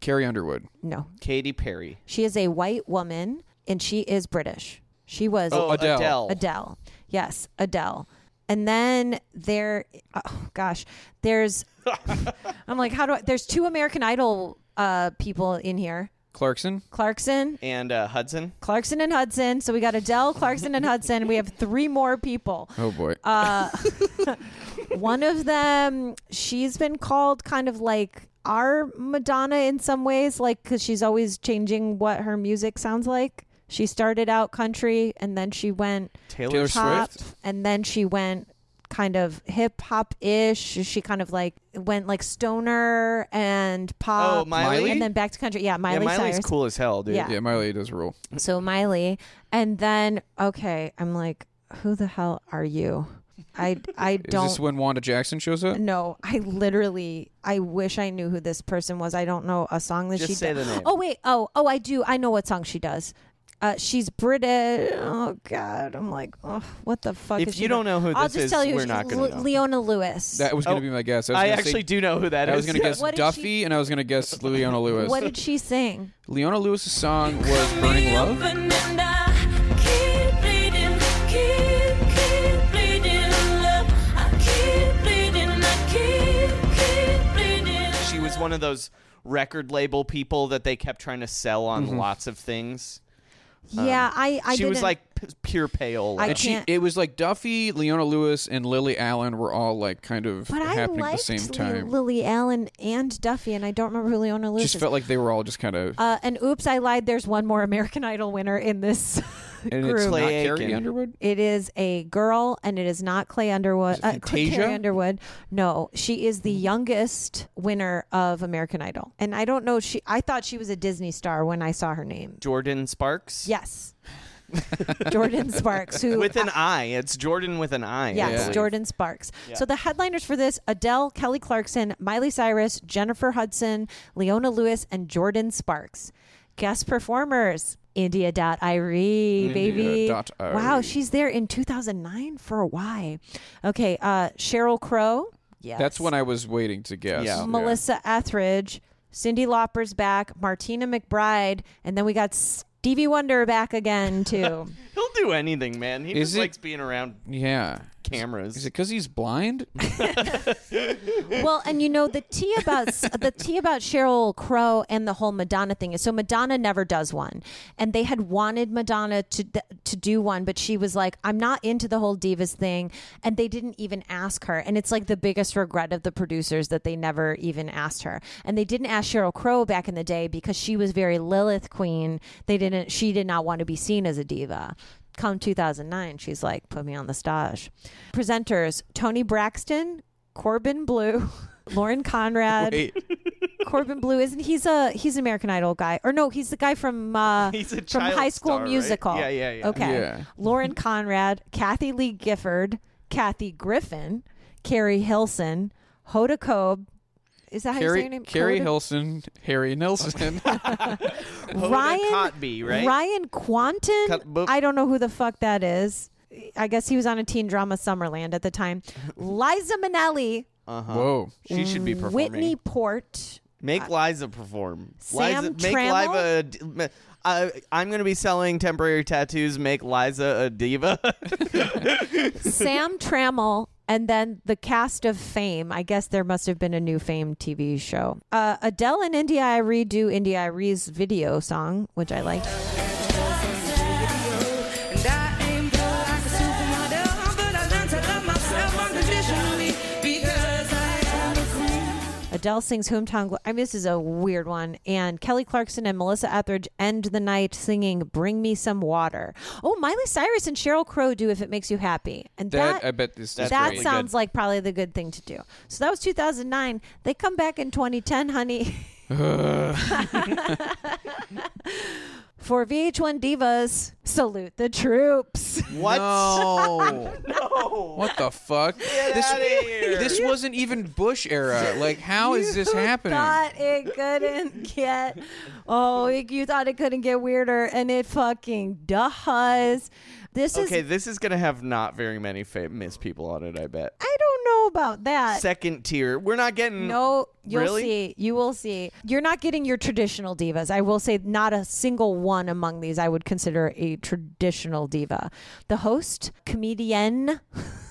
Speaker 1: Carrie Underwood.
Speaker 2: No,
Speaker 3: Katy Perry.
Speaker 2: she is a white woman and she is British. She was
Speaker 3: Oh,
Speaker 1: Adele.
Speaker 3: Adele.
Speaker 2: Adele. Yes, Adele. And then there, oh gosh, there's. I'm like, how do I? There's two American Idol uh, people in here:
Speaker 1: Clarkson?
Speaker 2: Clarkson,
Speaker 3: And uh, Hudson.
Speaker 2: Clarkson and Hudson. So we got Adele, Clarkson, and Hudson. We have three more people.
Speaker 1: Oh, boy.
Speaker 2: Uh, One of them, she's been called kind of like our Madonna in some ways, like because she's always changing what her music sounds like. She started out country, and then she went
Speaker 3: Taylor,
Speaker 1: Taylor
Speaker 3: Swift.
Speaker 2: pop,
Speaker 1: Swift?
Speaker 2: and then she went kind of hip hop ish. She kind of like went like stoner and pop.
Speaker 3: Oh, Miley?
Speaker 2: and then back to country. Yeah, Miley
Speaker 3: yeah, Miley's
Speaker 2: Cyrus.
Speaker 3: cool as hell, dude.
Speaker 2: Yeah.
Speaker 1: yeah, Miley does rule.
Speaker 2: So Miley, and then okay, I'm like, who the hell are you? I I
Speaker 1: Is
Speaker 2: don't
Speaker 1: this when Wanda Jackson shows up?
Speaker 2: no, I literally, I wish I knew who this person was. I don't know a song that
Speaker 3: Just
Speaker 2: she
Speaker 3: say
Speaker 2: does.
Speaker 3: the name.
Speaker 2: Oh wait, oh oh, I do. I know what song she does. Uh, she's British. Oh God, I'm like, oh, what the fuck?
Speaker 3: If
Speaker 2: is she
Speaker 3: you don't
Speaker 2: doing?
Speaker 3: know who
Speaker 2: I'll
Speaker 3: this
Speaker 2: just
Speaker 3: is,
Speaker 2: tell you,
Speaker 3: we're
Speaker 2: she-
Speaker 3: not gonna
Speaker 2: Le-
Speaker 3: know.
Speaker 2: Leona Lewis.
Speaker 1: That was going
Speaker 3: Oh,
Speaker 1: to be my guess. I, was
Speaker 3: I
Speaker 1: gonna say-
Speaker 3: actually do know who that is.
Speaker 1: I was going to guess
Speaker 2: What did she-
Speaker 1: Duffy, and I was going to guess Leona Lewis.
Speaker 2: what did she sing?
Speaker 1: Leona Lewis's song was Burning Love.
Speaker 3: She was one of those record label people that they kept trying to sell on
Speaker 1: Mm-hmm.
Speaker 3: lots of things.
Speaker 2: yeah, I I
Speaker 3: Uh, she was
Speaker 2: didn't-
Speaker 3: like p- pure pale.
Speaker 2: I
Speaker 3: like-
Speaker 1: And she,
Speaker 2: can't-
Speaker 1: it was like Duffy, Leona Lewis, and Lily Allen were all like kind of
Speaker 2: But I
Speaker 1: happening at
Speaker 2: liked
Speaker 1: the same
Speaker 2: Li-
Speaker 1: time.
Speaker 2: Lily Allen and Duffy, and I don't remember who Leona Lewis
Speaker 1: just
Speaker 2: is.
Speaker 1: felt like they were all just kind of.
Speaker 2: uh, and oops, I lied. There's one more American Idol winner in this
Speaker 1: and
Speaker 2: group.
Speaker 1: it's not
Speaker 3: Clay
Speaker 1: Carrie
Speaker 3: Aiken.
Speaker 1: Underwood.
Speaker 2: It is a girl, and it is not Clay Underwood. uh, Cl-
Speaker 1: Fantasia?
Speaker 2: Carrie Underwood. No, she is the youngest winner of American Idol, and I don't know. She, I thought she was a Disney star when I saw her name.
Speaker 3: Jordan Sparks.
Speaker 2: Yes, Jordan Sparks. Who
Speaker 3: With an I. It's Jordan with an I. I
Speaker 2: Yes,
Speaker 3: believe.
Speaker 2: Jordan Sparks. So the headliners for this Adele, Kelly Clarkson, Miley Cyrus, Jennifer Hudson, Leona Lewis, and Jordan Sparks. Guest performers India.Irie, E, baby.
Speaker 1: E. India.Irie.
Speaker 2: Wow, she's there in 2009 for a why. Okay, uh, Cheryl Crow, Yes.
Speaker 1: That's what I was waiting to guess.
Speaker 3: Yeah.
Speaker 2: Melissa Etheridge, Cindy Lauper's back, Martina McBride, and then we got Stevie Wonder back again too.
Speaker 3: He'll do anything, man. He
Speaker 1: Is
Speaker 3: just
Speaker 1: it-
Speaker 3: likes being around
Speaker 1: Yeah.
Speaker 3: cameras.
Speaker 1: Is it because he's blind?
Speaker 2: well, and you know the tea about the tea about Cheryl Crow and the whole Madonna thing is so Madonna never does one, and they had wanted Madonna to to do one, but she was like, "I'm not into the whole divas thing," and they didn't even ask her, and it's like the biggest regret of the producers that they never even asked her, and they didn't ask Cheryl Crow back in the day because she was very Lilith Queen. They didn't. She did not want to be seen as a diva come 2009, she's like, put me on the stage. Presenters Tony Braxton, Corbin Blue, Lauren Conrad.
Speaker 1: Wait.
Speaker 2: Corbin Blue isn't he's a he's an American Idol guy or no he's the guy from uh,
Speaker 3: He's a
Speaker 2: from
Speaker 3: child
Speaker 2: High School
Speaker 3: star, right?
Speaker 2: Musical
Speaker 3: Yeah, yeah, yeah.
Speaker 2: okay
Speaker 1: Yeah.
Speaker 2: Lauren Conrad Kathy Lee Gifford Kathy Griffin Carrie Hilson Hoda Kobe is that how you say
Speaker 1: Carrie,
Speaker 2: your name
Speaker 1: Carrie
Speaker 2: Hoda-
Speaker 1: Hilson, Harry Nelson.
Speaker 3: Hoda Kotb, Oh, right?
Speaker 2: Ryan Quanton.
Speaker 3: Cut- boop.
Speaker 2: I don't know who the fuck that is. I guess he was on a teen drama Summerland at the time. Liza Minnelli,
Speaker 1: Whoa.
Speaker 3: she should
Speaker 2: Mm.
Speaker 3: be performing.
Speaker 2: Whitney Port.
Speaker 3: Make Liza perform.
Speaker 2: Sam
Speaker 3: Liza, make
Speaker 2: Trammell?
Speaker 3: Liza. A, d- ma- I, I'm going to be selling temporary tattoos. Make Liza a diva.
Speaker 2: Sam Trammell, and then the cast of Fame. I guess there must have been a new Fame TV show. Uh, Adele and India I redo India Irie's video song, which I liked.
Speaker 6: And I ain't built like a supermodel, but I learned to love myself unconditionally because I am a queen.
Speaker 2: Adele sings Hometown Glory. I mean, this is a weird one. And Kelly Clarkson and Melissa Etheridge end the night singing Bring Me Some Water. Oh, Miley Cyrus and Cheryl Crow do If It Makes You Happy. And
Speaker 1: That,
Speaker 2: that,
Speaker 1: I bet this is
Speaker 3: That's
Speaker 2: that
Speaker 3: really
Speaker 1: great.
Speaker 2: sounds like probably the good thing to do. So that was 2009. They come back in 2010, honey. For VH1 Divas, salute the troops.
Speaker 3: what?
Speaker 1: No. What the fuck? this,
Speaker 3: outta here.
Speaker 1: this wasn't even Bush era. Like, how is this
Speaker 2: You
Speaker 1: happening?
Speaker 2: Thought it couldn't get. Oh, you thought it couldn't get weirder, and it fucking does. This
Speaker 3: Okay,
Speaker 2: is.
Speaker 3: this is going to have not very many famous people on it, I bet.
Speaker 2: I don't know about that.
Speaker 3: Second tier. We're not getting.
Speaker 2: Uh, no, you'll
Speaker 3: Really?
Speaker 2: see. You will see. You're not getting your traditional divas. I will say, not a single one among these I would consider a traditional diva. The host, comedian,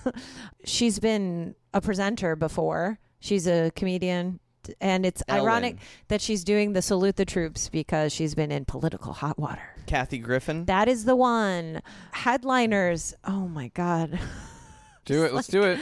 Speaker 2: she's been a presenter before. She's a comedian. And it's
Speaker 3: Ellen.
Speaker 2: ironic that she's doing the salute the troops because she's been in political hot water.
Speaker 3: Kathy Griffin.
Speaker 2: That is the one. Headliners. Oh my God.
Speaker 1: do it. Let's do it.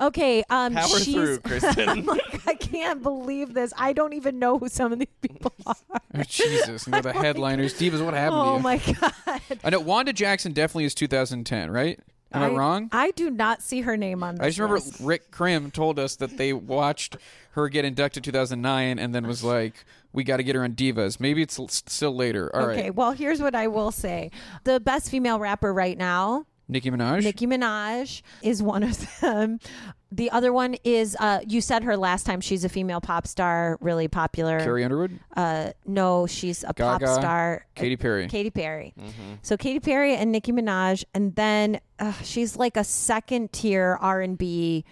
Speaker 2: Okay. Um,
Speaker 3: Power
Speaker 2: she's, Oh
Speaker 3: through, Kristen.
Speaker 2: Like, I can't believe this. I don't even know who some of these people are.
Speaker 1: Oh, Jesus. No, the headliners. Divas, what happened to
Speaker 2: Oh
Speaker 1: you?
Speaker 2: my God.
Speaker 1: I know Wanda Jackson definitely is 2010, right? Am I, wrong?
Speaker 2: I do not see her name on this.
Speaker 1: I just remember
Speaker 2: list.
Speaker 1: Rick Krim told us that they watched her get inducted 2009 and then was like, we got to get her on Divas. Maybe it's l- still later. All right.
Speaker 2: Okay. Well, here's what I will say the best female rapper right now
Speaker 1: Nicki Minaj?
Speaker 2: Nicki Minaj is one of them. The other one is uh, you said her last time. She's a female pop star, really popular.
Speaker 1: Carrie Underwood?
Speaker 2: uh, no, she's a
Speaker 1: Gaga,
Speaker 2: pop star.
Speaker 1: Katy Perry.
Speaker 2: Katy Perry.
Speaker 3: Mm-hmm.
Speaker 2: So Katy Perry and Nicki Minaj, and then uh, she's like a second tier R and B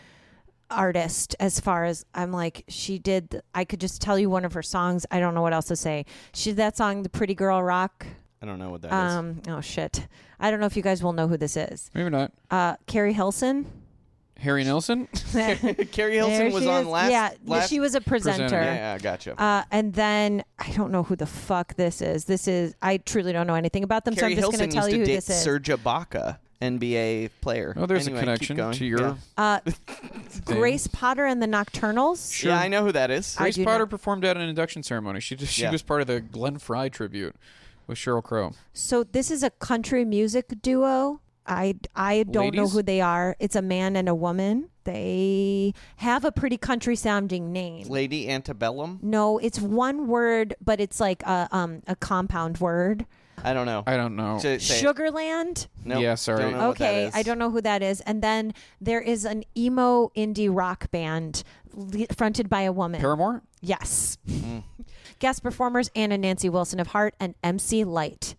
Speaker 2: artist as far as I'm like she did. I could just tell you one of her songs. I don't know what else to say. She did that song, "The Pretty Girl Rock."
Speaker 3: I don't know what that is.
Speaker 2: Um, oh shit, I don't know if you guys will know who this is.
Speaker 1: Maybe not.
Speaker 2: Uh, Carrie Hilson.
Speaker 1: Harry Nelson?
Speaker 3: Carrie
Speaker 2: Um, There
Speaker 3: Hilson was
Speaker 2: she
Speaker 3: on
Speaker 2: is.
Speaker 3: last.
Speaker 2: Yeah,
Speaker 3: last-
Speaker 2: she was a presenter.
Speaker 1: Presenter.
Speaker 3: Yeah, yeah, gotcha.
Speaker 2: Uh, and then I don't know who the fuck this is. This is I truly don't know anything about them, so
Speaker 3: Carrie
Speaker 2: I'm just
Speaker 3: Hilson
Speaker 2: going to tell
Speaker 3: used
Speaker 2: you who
Speaker 3: to date
Speaker 2: this is.
Speaker 3: Serge Ibaka, NBA player.
Speaker 1: Oh, there's
Speaker 3: Anyway,
Speaker 1: a
Speaker 3: keep
Speaker 1: connection
Speaker 3: going.
Speaker 1: to your.
Speaker 3: Yeah.
Speaker 2: uh, Grace Potter and the Nocturnals.
Speaker 3: Yeah, I know who that is.
Speaker 2: I
Speaker 1: Grace
Speaker 2: do
Speaker 1: Potter
Speaker 2: not-
Speaker 1: performed at an induction ceremony. She just, she
Speaker 3: Yeah.
Speaker 1: was part of the Glenn Fry tribute with Cheryl Crow.
Speaker 2: So this is a country music duo. I I don't know
Speaker 1: Ladies?
Speaker 2: who they are. It's a man and a woman. They have a pretty country sounding name.
Speaker 3: Lady Antebellum.
Speaker 2: no, it's one word, but it's like a um a compound word.
Speaker 3: I don't know.
Speaker 1: I don't know.
Speaker 3: Say- say it.
Speaker 2: Sugarland.
Speaker 3: Nope,
Speaker 1: Yeah, sorry.
Speaker 3: don't know what that
Speaker 2: Okay,
Speaker 3: is.
Speaker 2: I don't know who that is. And then there is an emo indie rock band le- fronted by a woman.
Speaker 1: Paramore?
Speaker 2: yes.
Speaker 3: Mm.
Speaker 2: Guest performers Anna Nancy Wilson of Heart and MC Light.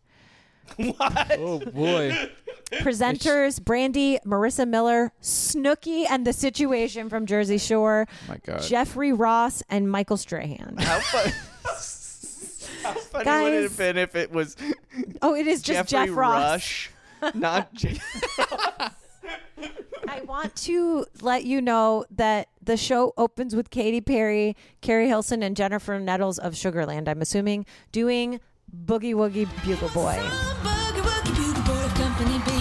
Speaker 1: Oh, boy.
Speaker 2: presenters Brandy, Marissa Miller, Snooki, and the Situation from Jersey Shore.
Speaker 1: My God.
Speaker 2: Jeffrey Ross and Michael Strahan.
Speaker 3: Oh How fun. How funny would it
Speaker 2: Guys.
Speaker 3: have been if it was
Speaker 2: Oh, it is just
Speaker 3: Jeffrey
Speaker 2: Jeff Ross.
Speaker 3: Rush, not Jeff.
Speaker 2: I want to let you know that the show opens with Katy Perry, Carrie Hilson, and Jennifer Nettles of Sugarland, I'm assuming, doing Boogie Woogie Bugle Boy.
Speaker 5: Boogie Woogie Bugle Boy of Company B.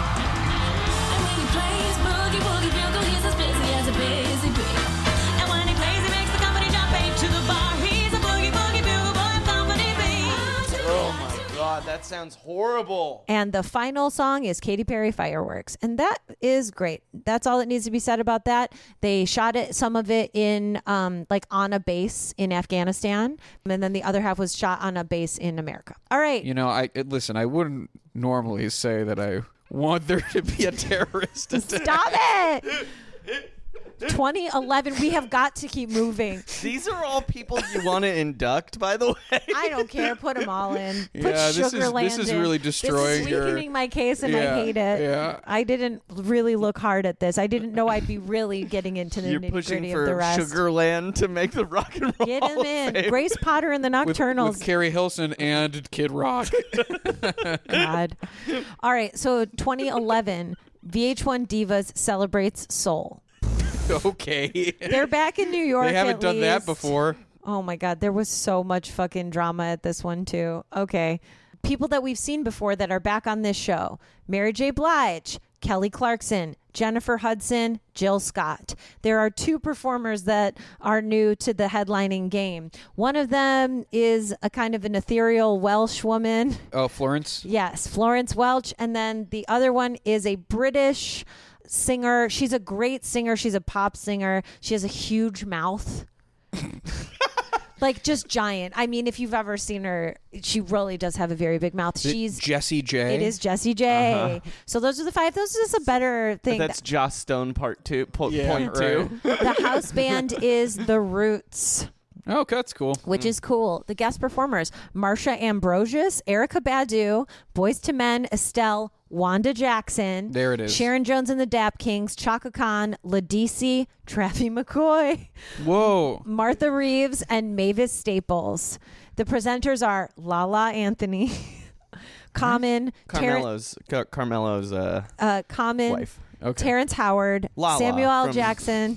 Speaker 5: And when he plays Boogie Woogie Bugle, he's as busy as a busy bee. And when he plays, he makes the company jump eight to the bar. He's a Boogie Woogie Bugle Boy of Company B.
Speaker 3: Oh my god, that sounds horrible.
Speaker 2: And the final song is Katy Perry Fireworks. And that is great. That's all that needs to be said about that. They shot it, some of it in, um, like, on a base in Afghanistan. And then the other half was shot on a base in America. All right.
Speaker 1: You know, I it- listen. I wouldn't normally say that I want there to be a terrorist attack.
Speaker 2: Stop it. 2011. We have got to keep moving.
Speaker 3: These are all people you want to induct, by the way.
Speaker 2: I don't care. Put them all in. Put
Speaker 1: Yeah, this is-
Speaker 2: Sugar Land
Speaker 1: this is
Speaker 2: in.
Speaker 1: really destroying
Speaker 2: This is
Speaker 1: your-
Speaker 2: weakening my case, and
Speaker 1: Yeah,
Speaker 2: I hate it.
Speaker 1: yeah.
Speaker 2: I didn't really look hard at this. I didn't know I'd be really getting into the
Speaker 3: You're
Speaker 2: nitty
Speaker 3: pushing
Speaker 2: gritty
Speaker 3: for
Speaker 2: of the rest.
Speaker 3: Sugarland to make the rock and roll.
Speaker 2: Get
Speaker 3: Hall
Speaker 2: him
Speaker 3: of
Speaker 2: in.
Speaker 3: Fame.
Speaker 2: Grace Potter and the
Speaker 1: With,
Speaker 2: Nocturnals.
Speaker 1: with Carrie Hilson and Kid Rock.
Speaker 2: God. All right. So 2011, VH1 Divas celebrates Soul.
Speaker 1: okay.
Speaker 2: They're back in New York.
Speaker 1: They haven't
Speaker 2: at
Speaker 1: done that
Speaker 2: least.
Speaker 1: before.
Speaker 2: Oh my God, there was so much fucking drama at this one, too. Okay. People that we've seen before that are back on this show Mary J. Blige, Kelly Clarkson, Jennifer Hudson, Jill Scott. There are two performers that are new to the headlining game. One of them is a kind of an ethereal Welsh woman.
Speaker 1: Oh, Florence.
Speaker 2: Yes, Florence Welch. And then the other one is a British singer. She's a great singer. She's a pop singer. She has a huge mouth. like just giant. I mean, if you've ever seen her, she really does have a very big mouth. She's
Speaker 1: Jesse J.
Speaker 2: it is Jessie J. So those are the five. Those is a better thing.
Speaker 3: That's Joss Stone part two, po-
Speaker 1: Yeah,
Speaker 3: point
Speaker 1: right.
Speaker 3: two.
Speaker 2: the house band is The Roots.
Speaker 1: Oh, that's cool.
Speaker 2: which is cool. The guest performers Marsha Ambrosius, Erica Badu, Boys to Men, Estelle, Wanda Jackson.
Speaker 1: There it is.
Speaker 2: Sharon Jones and the Dap Kings, Chaka Khan, Ladisi, Traffy McCoy,
Speaker 1: Whoa.
Speaker 2: Martha Reeves, and Mavis Staples. The presenters are Lala Anthony,
Speaker 1: Hmm?
Speaker 2: Common, Terrence
Speaker 3: Carmelo's Car- Carmelo's uh,
Speaker 2: uh, Common,
Speaker 3: Wife.
Speaker 1: Okay.
Speaker 2: Terrence Howard,
Speaker 3: Lala
Speaker 2: Samuel L.
Speaker 3: from-
Speaker 2: Jackson,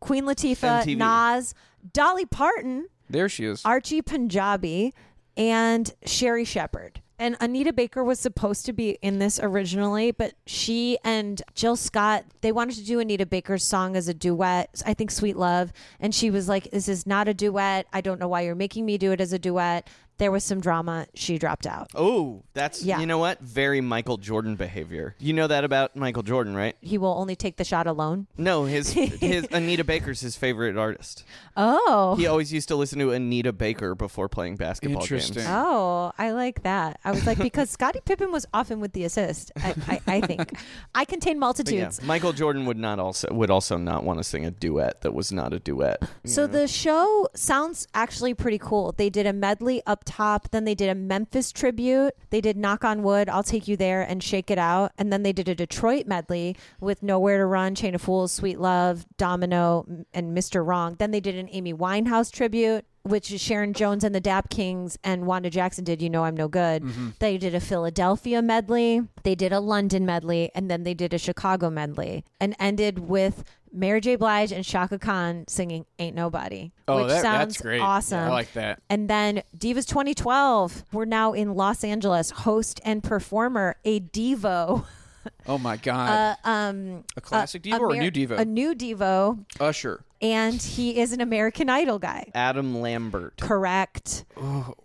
Speaker 2: Queen Latifah,
Speaker 3: MTV.
Speaker 2: Nas, Dolly Parton.
Speaker 1: There she is.
Speaker 2: Archie Punjabi, and Sherry Shepard. And Anita Baker was supposed to be in this originally, but she and Jill Scott, they wanted to do Anita Baker's song as a duet, I think Sweet Love. And she was like, This is not a duet. I don't know why you're making me do it as a duet. There was some drama. She dropped out.
Speaker 3: Oh, that's
Speaker 2: Yeah.
Speaker 3: you know what? Very Michael Jordan behavior. You know that about Michael Jordan, right?
Speaker 2: He will only take the shot alone.
Speaker 3: No, his his Anita Baker's his favorite artist.
Speaker 2: Oh.
Speaker 3: He always used to listen to Anita Baker before playing basketball
Speaker 1: Interesting.
Speaker 3: games.
Speaker 2: Oh, I like that. I was like, because Scottie Pippen was often with the assist, I, I, I think. I contain
Speaker 3: But yeah,
Speaker 2: multitudes.
Speaker 3: Michael Jordan would not also would also not want to sing a duet that was not a duet.
Speaker 2: So the show sounds actually pretty cool. They did a medley up top, then they did a Memphis tribute. They did Knock on Wood, I'll Take You There and Shake It Out, and then they did a Detroit medley with Nowhere to Run, Chain of Fools, Sweet Love, Domino m- and Mr. Wrong. Then they did an Amy Winehouse tribute. Which is Sharon Jones and the Dap Kings and Wanda Jackson did You Know I'm No Good. They did a Philadelphia medley, they did a London medley, and then they did a Chicago medley and ended with Mary J. Blige and Shaka Khan singing "Ain't Nobody,"
Speaker 1: Oh,
Speaker 2: which
Speaker 1: that-
Speaker 2: sounds
Speaker 1: that's great.
Speaker 2: Awesome,
Speaker 1: I like that.
Speaker 2: And then Divas 2012. We're now in Los Angeles, host and performer, a Devo,
Speaker 1: Oh my God.
Speaker 2: um,
Speaker 1: a classic diva or a
Speaker 2: Amer-
Speaker 1: new diva?
Speaker 2: a new Devo,
Speaker 1: Usher.
Speaker 2: and he is an American Idol guy.
Speaker 3: Adam Lambert.
Speaker 2: Correct.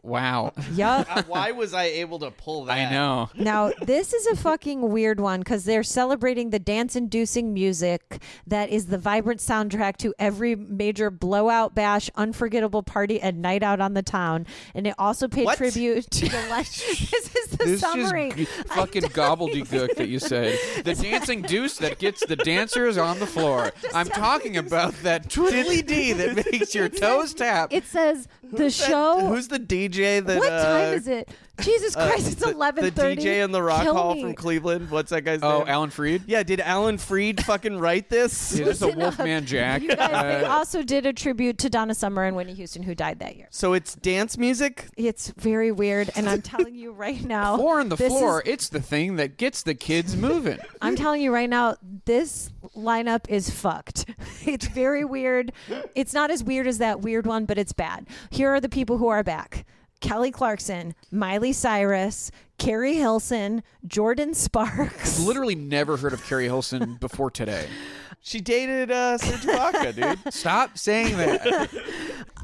Speaker 1: Wow.
Speaker 2: Yup.
Speaker 3: Why was I able to pull that?
Speaker 1: I know.
Speaker 2: Now, this is a fucking weird one because they're celebrating the dance inducing music that is the vibrant soundtrack to every major blowout bash, unforgettable party, and night out on the town. And it also paid
Speaker 3: What?
Speaker 2: tribute to the le- This is the
Speaker 1: This
Speaker 2: summary.
Speaker 1: is fucking gobbledygook that you said. The dancing deuce that gets the dancers on the floor. I'm talking about that twiddly D that makes your toes tap.
Speaker 2: It says the show.
Speaker 3: Who's the DJ that?
Speaker 2: what
Speaker 3: uh,
Speaker 2: time is it? Jesus
Speaker 3: uh,
Speaker 2: Christ! It's
Speaker 3: the-
Speaker 2: eleven
Speaker 3: The
Speaker 2: thirty.
Speaker 3: DJ in the Rock Hall from Cleveland. What's that guy's name?
Speaker 1: Oh, Alan Freed.
Speaker 3: Yeah, did Alan Freed fucking write this?
Speaker 1: Yeah, there's a Wolfman Jack.
Speaker 2: You guys, they
Speaker 1: Uh,
Speaker 2: also did a tribute to Donna Summer and Winnie Houston, who died that year.
Speaker 3: So it's dance music.
Speaker 2: It's very weird, and I'm telling you right now,
Speaker 1: Floor on the
Speaker 2: this is-
Speaker 1: floor. It's the thing that gets the kids moving.
Speaker 2: I'm telling you right now, this lineup is fucked. It's very weird. It's not as weird as that weird one, but it's bad. Here are the people who are back. Kelly Clarkson, Miley Cyrus, Carrie Hilson, Jordan Sparks.
Speaker 1: Literally never heard of Carrie Hilson before today.
Speaker 3: She dated uh, Serge Ibaka, dude.
Speaker 1: Stop saying that.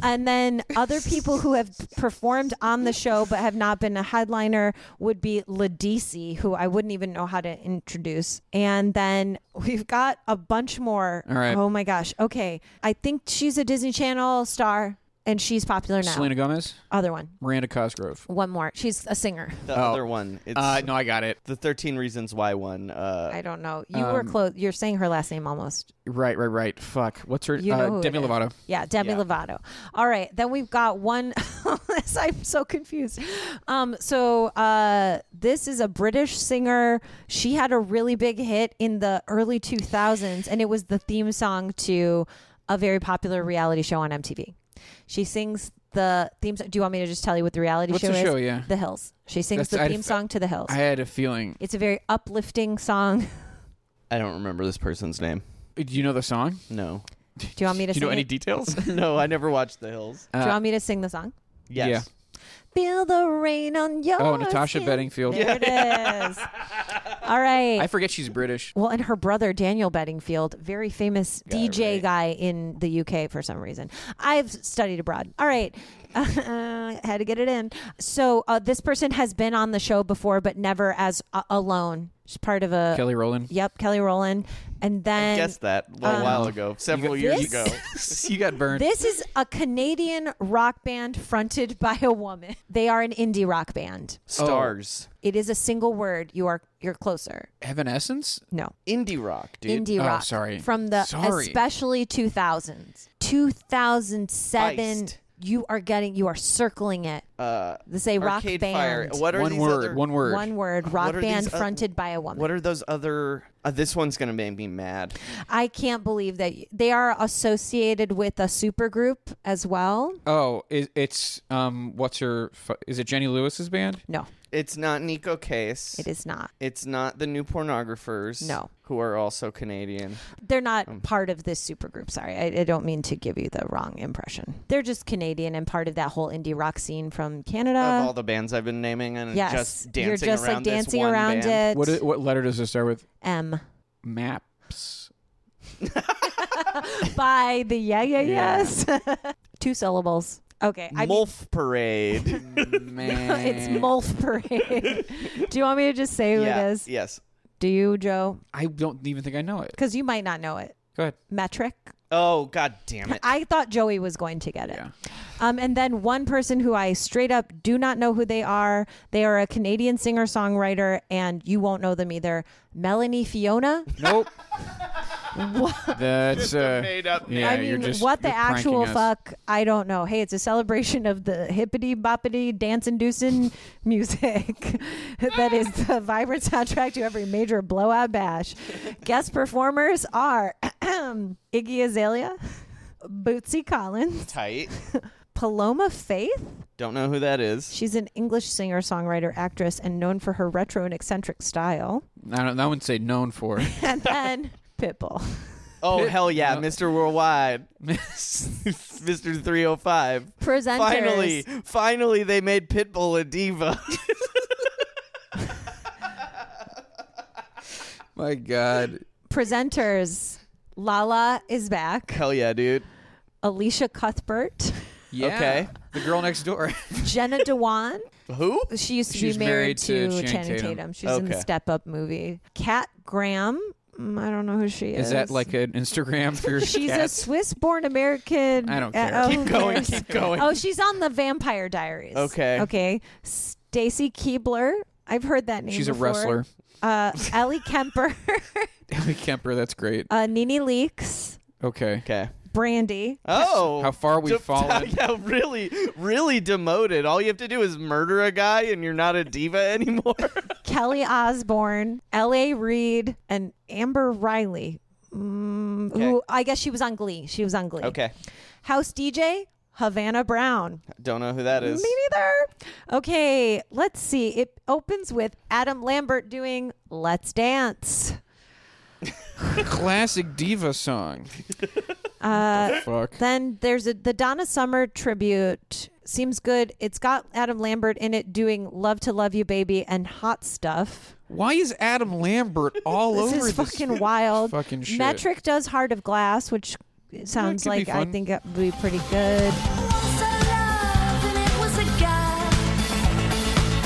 Speaker 2: And then other people who have performed on the show but have not been a headliner would be Ladisi, who I wouldn't even know how to introduce. And then we've got a bunch more.
Speaker 1: All right.
Speaker 2: Oh my gosh. Okay. I think she's a Disney Channel star and she's popular now.
Speaker 1: Selena Gomez,
Speaker 2: Other one.
Speaker 1: Miranda Cosgrove.
Speaker 2: One more. She's a singer.
Speaker 3: The other one. It's
Speaker 1: Uh, no, I got it.
Speaker 3: the Thirteen Reasons Why one. Uh,
Speaker 2: I don't know. You
Speaker 1: Um,
Speaker 2: were close. You're saying her last name almost.
Speaker 1: Right, right, right. Fuck. What's her?
Speaker 2: You know
Speaker 1: uh,
Speaker 2: who
Speaker 1: Demi
Speaker 2: it is.
Speaker 1: Lovato.
Speaker 2: Yeah, Demi Lovato. All right, then we've got one. this- I'm so confused. Um, so uh, this is a British singer. She had a really big hit in the early 2000s, and it was the theme song to a very popular reality show on MTV. She sings the theme. song. Do you want me to just tell you what the reality
Speaker 1: What's
Speaker 2: show
Speaker 1: the
Speaker 2: is?
Speaker 1: show? Yeah.
Speaker 2: The Hills. She sings
Speaker 1: That's- I-
Speaker 2: the theme song to The Hills.
Speaker 1: I had a feeling.
Speaker 2: it's a very uplifting song.
Speaker 3: I don't remember this person's name.
Speaker 1: Uh, Do you know the song?
Speaker 3: No.
Speaker 2: Do you want me to
Speaker 1: Do you
Speaker 2: sing
Speaker 1: know any
Speaker 2: it?
Speaker 1: details?
Speaker 3: no, I never watched The Hills.
Speaker 1: Uh,
Speaker 2: Do you want me to sing the song?
Speaker 3: Yes.
Speaker 2: Feel the rain on your
Speaker 1: Oh, Natasha
Speaker 2: skin.
Speaker 1: Bedingfield.
Speaker 2: There it is. All right.
Speaker 1: I forget she's British.
Speaker 2: well, and her brother Daniel Bedingfield, very famous DJ
Speaker 3: right.
Speaker 2: guy in the UK for some reason. I've studied abroad. All right, Uh, had to get it in. So uh, this person has been on the show before, but never as a- alone. She's part of a.
Speaker 1: Kelly Rowland.
Speaker 2: Yep, Kelly Rowland, and then
Speaker 3: Guessed that a little
Speaker 2: Um,
Speaker 3: while ago, several
Speaker 1: got- Oh.
Speaker 3: years
Speaker 2: This-
Speaker 3: ago.
Speaker 1: you got burned.
Speaker 2: This is a Canadian rock band fronted by a woman. They are an indie rock band.
Speaker 3: Stars.
Speaker 2: It is a single word. You are you're closer.
Speaker 1: Evanescence.
Speaker 2: No.
Speaker 3: Indie rock, dude.
Speaker 2: indie
Speaker 1: Oh,
Speaker 2: rock.
Speaker 1: sorry.
Speaker 2: From the
Speaker 1: Sorry.
Speaker 2: especially 2000s. 2007.
Speaker 3: Iced.
Speaker 2: You are getting you are circling it.
Speaker 3: Uh,
Speaker 2: This is a rock
Speaker 3: Arcade
Speaker 2: band.
Speaker 3: Fire. What are
Speaker 1: One
Speaker 3: these
Speaker 1: word.
Speaker 3: other-
Speaker 1: One word.
Speaker 2: One word
Speaker 3: What
Speaker 2: rock
Speaker 3: are
Speaker 2: band
Speaker 3: these oth-
Speaker 2: fronted by a woman.
Speaker 3: What are those other? Uh, this one's gonna make me mad.
Speaker 2: I can't believe that y- they are associated with a supergroup as well.
Speaker 1: Oh, it, it's um. What's her? fu- Is it Jenny Lewis's band?
Speaker 2: No,
Speaker 3: It's not Nico Case.
Speaker 2: it is not.
Speaker 3: It's not the new pornographers.
Speaker 2: No.
Speaker 3: Who are also Canadian.
Speaker 2: They're not
Speaker 3: Hmm.
Speaker 2: part of this supergroup. Sorry, I, I don't mean to give you the wrong impression. They're just Canadian and part of that whole indie rock scene from Canada.
Speaker 3: of all the bands I've been naming and
Speaker 2: Uh, yes,
Speaker 3: just
Speaker 2: you're
Speaker 3: dancing
Speaker 2: just
Speaker 3: around
Speaker 2: like
Speaker 3: this
Speaker 2: dancing
Speaker 3: one
Speaker 2: around it.
Speaker 3: band.
Speaker 1: What i- What letter does it start with?
Speaker 2: M.
Speaker 1: Maps.
Speaker 2: by the yeah yeah yes two syllables okay i mean,
Speaker 3: Mulf Parade.
Speaker 1: Man.
Speaker 2: it's mulf parade do you want me to just say who
Speaker 3: yeah.
Speaker 2: it is
Speaker 3: Yes.
Speaker 2: do you joe
Speaker 1: I don't even think I know it.
Speaker 2: because you might not know it
Speaker 1: Go ahead.
Speaker 2: metric
Speaker 3: Oh god damn it.
Speaker 2: i thought joey was going to get it um, and then one person who i straight up do not know who they are they are a canadian singer songwriter and you won't know them either melanie fiona
Speaker 1: Nope. That's uh, made
Speaker 3: up
Speaker 1: Yeah,
Speaker 2: I
Speaker 1: you're
Speaker 2: mean,
Speaker 1: just,
Speaker 2: what the
Speaker 1: you're pranking
Speaker 2: actual
Speaker 1: us.
Speaker 2: fuck? I don't know. Hey, it's a celebration of the hippity boppity dance inducing music that is the vibrant soundtrack to every major blowout bash. Guest performers are Iggy Azalea, Bootsy Collins,
Speaker 3: Tight.
Speaker 2: Paloma Faith.
Speaker 3: Don't know who that is.
Speaker 2: She's an English singer, songwriter, actress, and known for her retro and eccentric style.
Speaker 1: I don't. I wouldn't say known for.
Speaker 2: And then Pitbull.
Speaker 3: Oh
Speaker 1: Pit-
Speaker 3: hell yeah,
Speaker 1: no.
Speaker 3: Mr. Worldwide. Mr. 305.
Speaker 2: Presenters.
Speaker 3: Finally, finally they made Pitbull a diva.
Speaker 1: My God.
Speaker 2: Presenters. Lala is back.
Speaker 3: hell yeah, dude.
Speaker 2: Alicia Cuthbert.
Speaker 1: Yeah.
Speaker 3: Okay.
Speaker 1: The girl next door.
Speaker 2: Jenna Dewan.
Speaker 3: Who?
Speaker 2: She used to
Speaker 1: She's
Speaker 2: be married,
Speaker 1: married
Speaker 2: to,
Speaker 1: to Channing
Speaker 2: Channing Tatum.
Speaker 1: Tatum.
Speaker 2: She's in the
Speaker 3: Okay.
Speaker 2: Step Up movie. Kat Graham. Mm, I don't know who she is.
Speaker 1: Is that like an Instagram for your
Speaker 2: She's a
Speaker 1: cats?
Speaker 2: Swiss-born American.
Speaker 1: I don't
Speaker 2: uh,
Speaker 1: care.
Speaker 2: oh,
Speaker 1: Keep
Speaker 2: who
Speaker 3: going,
Speaker 2: cares?
Speaker 3: keep going.
Speaker 2: Oh, she's on the Vampire Diaries.
Speaker 3: Okay.
Speaker 2: Okay. Stacy Keebler. I've heard that name.
Speaker 1: She's a
Speaker 2: before.
Speaker 1: wrestler.
Speaker 2: Uh, Ellie Kemper.
Speaker 1: Ellie Kemper. That's great.
Speaker 2: uh, Nene Leakes.
Speaker 1: Okay.
Speaker 3: Okay.
Speaker 2: Brandy.
Speaker 3: Oh,
Speaker 1: How far we've
Speaker 3: De-
Speaker 1: fallen.
Speaker 3: Yeah, really, really demoted. All you have to do is murder a guy, and you're not a diva anymore.
Speaker 2: Kelly Osborne, L.A. Reid, and Amber Riley, mm, who I guess she was on Glee. She was on Glee.
Speaker 3: okay,
Speaker 2: House DJ, Havana Brown.
Speaker 3: don't know who that is.
Speaker 2: Me neither. Okay, let's see. It opens with Adam Lambert doing Let's Dance.
Speaker 1: Classic diva song. Uh, fuck.
Speaker 2: Then there's a, the Donna Summer tribute. Seems good. It's got Adam Lambert in it doing Love to Love You Baby and Hot Stuff.
Speaker 1: Why is Adam Lambert all
Speaker 2: This
Speaker 1: over
Speaker 2: is
Speaker 1: this?
Speaker 2: fucking wild.
Speaker 1: fucking shit.
Speaker 2: Metric does Heart of Glass, which sounds
Speaker 1: could be
Speaker 2: like I
Speaker 1: fun.
Speaker 2: think it would be pretty good.
Speaker 5: Once I loved and it was a guy.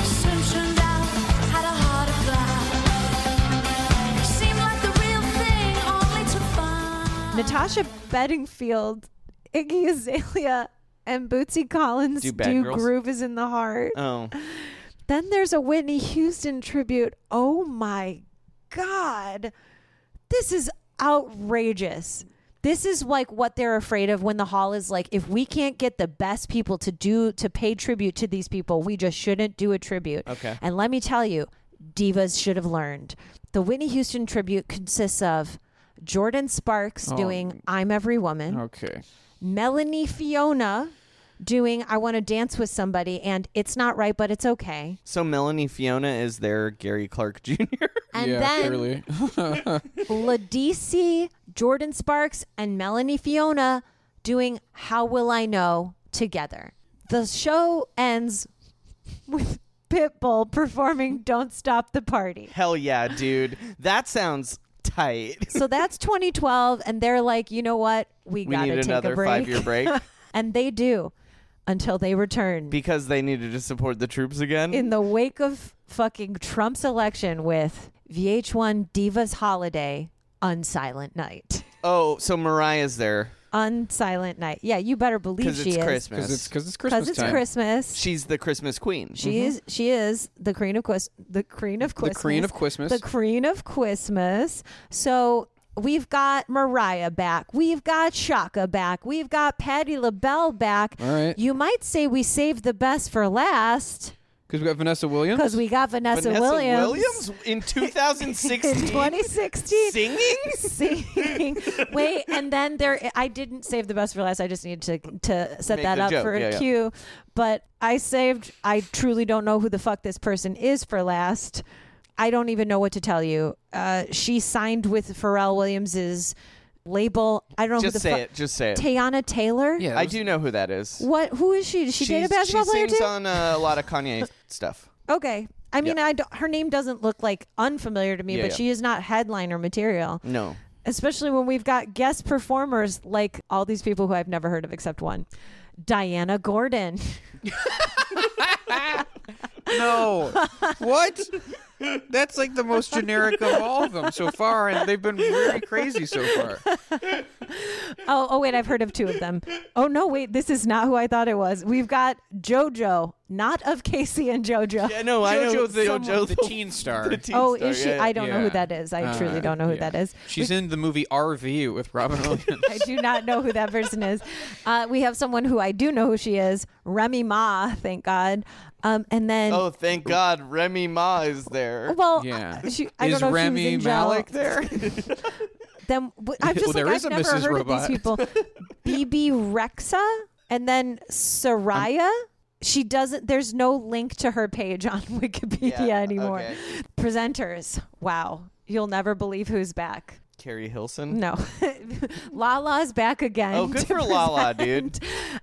Speaker 5: Soon turned out had a heart of glass. Seemed like the real thing, only to find.
Speaker 2: Natasha Bedingfield, Iggy Azalea, and Bootsy Collins
Speaker 3: Do
Speaker 2: do,
Speaker 3: Bad Girls?
Speaker 2: Groove is in the Heart.
Speaker 3: Oh,
Speaker 2: Then there's a Whitney Houston tribute. Oh my God. This is outrageous. This is like what they're afraid of when the hall is like, if we can't get the best people to do, to pay tribute to these people, we just shouldn't do a tribute.
Speaker 3: Okay.
Speaker 2: And let me tell you, divas should have learned. The Whitney Houston tribute consists of Jordan Sparks doing I'm Every Woman.
Speaker 1: Okay.
Speaker 2: Melanie Fiona doing I Want to Dance with Somebody and It's Not Right, but It's Okay.
Speaker 3: so Melanie Fiona is their Gary Clark Jr.
Speaker 2: And
Speaker 1: yeah,
Speaker 2: then
Speaker 1: clearly.
Speaker 2: Ladisi, Jordan Sparks, and Melanie Fiona doing How Will I Know together. The show ends with Pitbull performing Don't Stop the Party.
Speaker 3: Hell yeah, dude. That sounds tight.
Speaker 2: So that's 2012, and they're like, you know what? We,
Speaker 3: We
Speaker 2: gotta
Speaker 3: need
Speaker 2: take
Speaker 3: another
Speaker 2: a break.
Speaker 3: five year break
Speaker 2: and they do until they return.
Speaker 3: because they needed to support the troops again.
Speaker 2: in the wake of fucking Trump's election with VH1 Divas Holiday, Unsilent Night.
Speaker 3: oh, so Mariah's there
Speaker 2: Unsilent Night. Yeah, you better believe
Speaker 3: because
Speaker 2: she
Speaker 3: it's
Speaker 2: is.
Speaker 3: Christmas.
Speaker 1: Because it's, cause it's Christmas
Speaker 2: Because it's
Speaker 1: time.
Speaker 2: Christmas. She,
Speaker 3: She's the Christmas queen.
Speaker 2: is she is the queen of Quis- the queen of
Speaker 1: The
Speaker 2: Christmas.
Speaker 1: queen of Christmas.
Speaker 2: The queen of Christmas. So we've got Mariah back. We've got Shaka back. We've got Patti LaBelle back.
Speaker 1: All right.
Speaker 2: You might say we saved the best for last
Speaker 1: Because we got Vanessa Williams.
Speaker 2: because we got Vanessa,
Speaker 3: Vanessa
Speaker 2: Williams.
Speaker 3: Williams in
Speaker 2: in
Speaker 3: 2016
Speaker 2: 2016
Speaker 3: singing?
Speaker 2: singing. Wait, and then there. I didn't save the best for last. I just needed to to set
Speaker 3: Make
Speaker 2: that
Speaker 3: the
Speaker 2: up
Speaker 3: joke.
Speaker 2: for
Speaker 3: Yeah,
Speaker 2: a
Speaker 3: yeah.
Speaker 2: cue. But I saved. I truly don't know who the fuck this person is for last. I don't even know what to tell you. Uh, she signed with Pharrell Williams's label. I don't know
Speaker 3: Just
Speaker 2: who the
Speaker 3: say
Speaker 2: fuck.
Speaker 3: it. Just say it.
Speaker 2: Tiana Taylor.
Speaker 1: Yeah,
Speaker 3: I
Speaker 1: there's-
Speaker 3: do know who that is.
Speaker 2: What? Who is she? Did she date a
Speaker 3: She's-
Speaker 2: basketball
Speaker 3: she
Speaker 2: player
Speaker 3: sings
Speaker 2: too?
Speaker 3: on uh, a lot of Kanye stuff.
Speaker 2: okay. I mean,
Speaker 3: Yeah.
Speaker 2: I don't, her name doesn't look like unfamiliar to me,
Speaker 3: Yeah,
Speaker 2: but
Speaker 3: yeah.
Speaker 2: she is not headliner material.
Speaker 3: No.
Speaker 2: especially when we've got guest performers like all these people who I've never heard of except one. Diana Gordon.
Speaker 1: No. what? That's like the most generic of all of them so far, and they've been very crazy so far.
Speaker 2: Oh, oh wait, I've heard of two of them. Oh no, wait, this is not who I thought it was. We've got JoJo, not of Casey and JoJo.
Speaker 3: Yeah, no, I know
Speaker 1: JoJo, the,
Speaker 3: JoJo
Speaker 1: the teen star.
Speaker 3: the teen
Speaker 2: oh,
Speaker 3: star,
Speaker 2: is she?
Speaker 3: yeah, yeah.
Speaker 2: I don't know
Speaker 1: yeah.
Speaker 2: who that is. I truly
Speaker 1: Uh,
Speaker 2: don't know who
Speaker 1: yeah.
Speaker 2: that is.
Speaker 1: She's in the movie RV with Robin Williams.
Speaker 2: I do not know who that person is. Uh, we have someone who I do know who she is, Remy Ma, thank God. Um, and then,
Speaker 3: Oh, thank God, Remy Ma is there.
Speaker 2: well,
Speaker 1: Yeah.
Speaker 2: I, she, I
Speaker 1: is
Speaker 2: don't know if
Speaker 1: Remy
Speaker 2: she was in jail.
Speaker 1: Malik there?
Speaker 2: Then w- I'm just
Speaker 1: Well,
Speaker 2: like
Speaker 1: there
Speaker 2: I've
Speaker 1: is a
Speaker 2: never
Speaker 1: Mrs.
Speaker 2: heard
Speaker 1: Robot.
Speaker 2: of these people. BB Rexa and then Soraya. she doesn't. There's no link to her page on Wikipedia
Speaker 3: Yeah,
Speaker 2: anymore.
Speaker 3: okay.
Speaker 2: Presenters. Wow, you'll never believe who's back.
Speaker 3: Carrie Hilson.
Speaker 2: No, Lala's back again.
Speaker 3: Oh, good
Speaker 2: to
Speaker 3: for Lala,
Speaker 2: present.
Speaker 3: dude.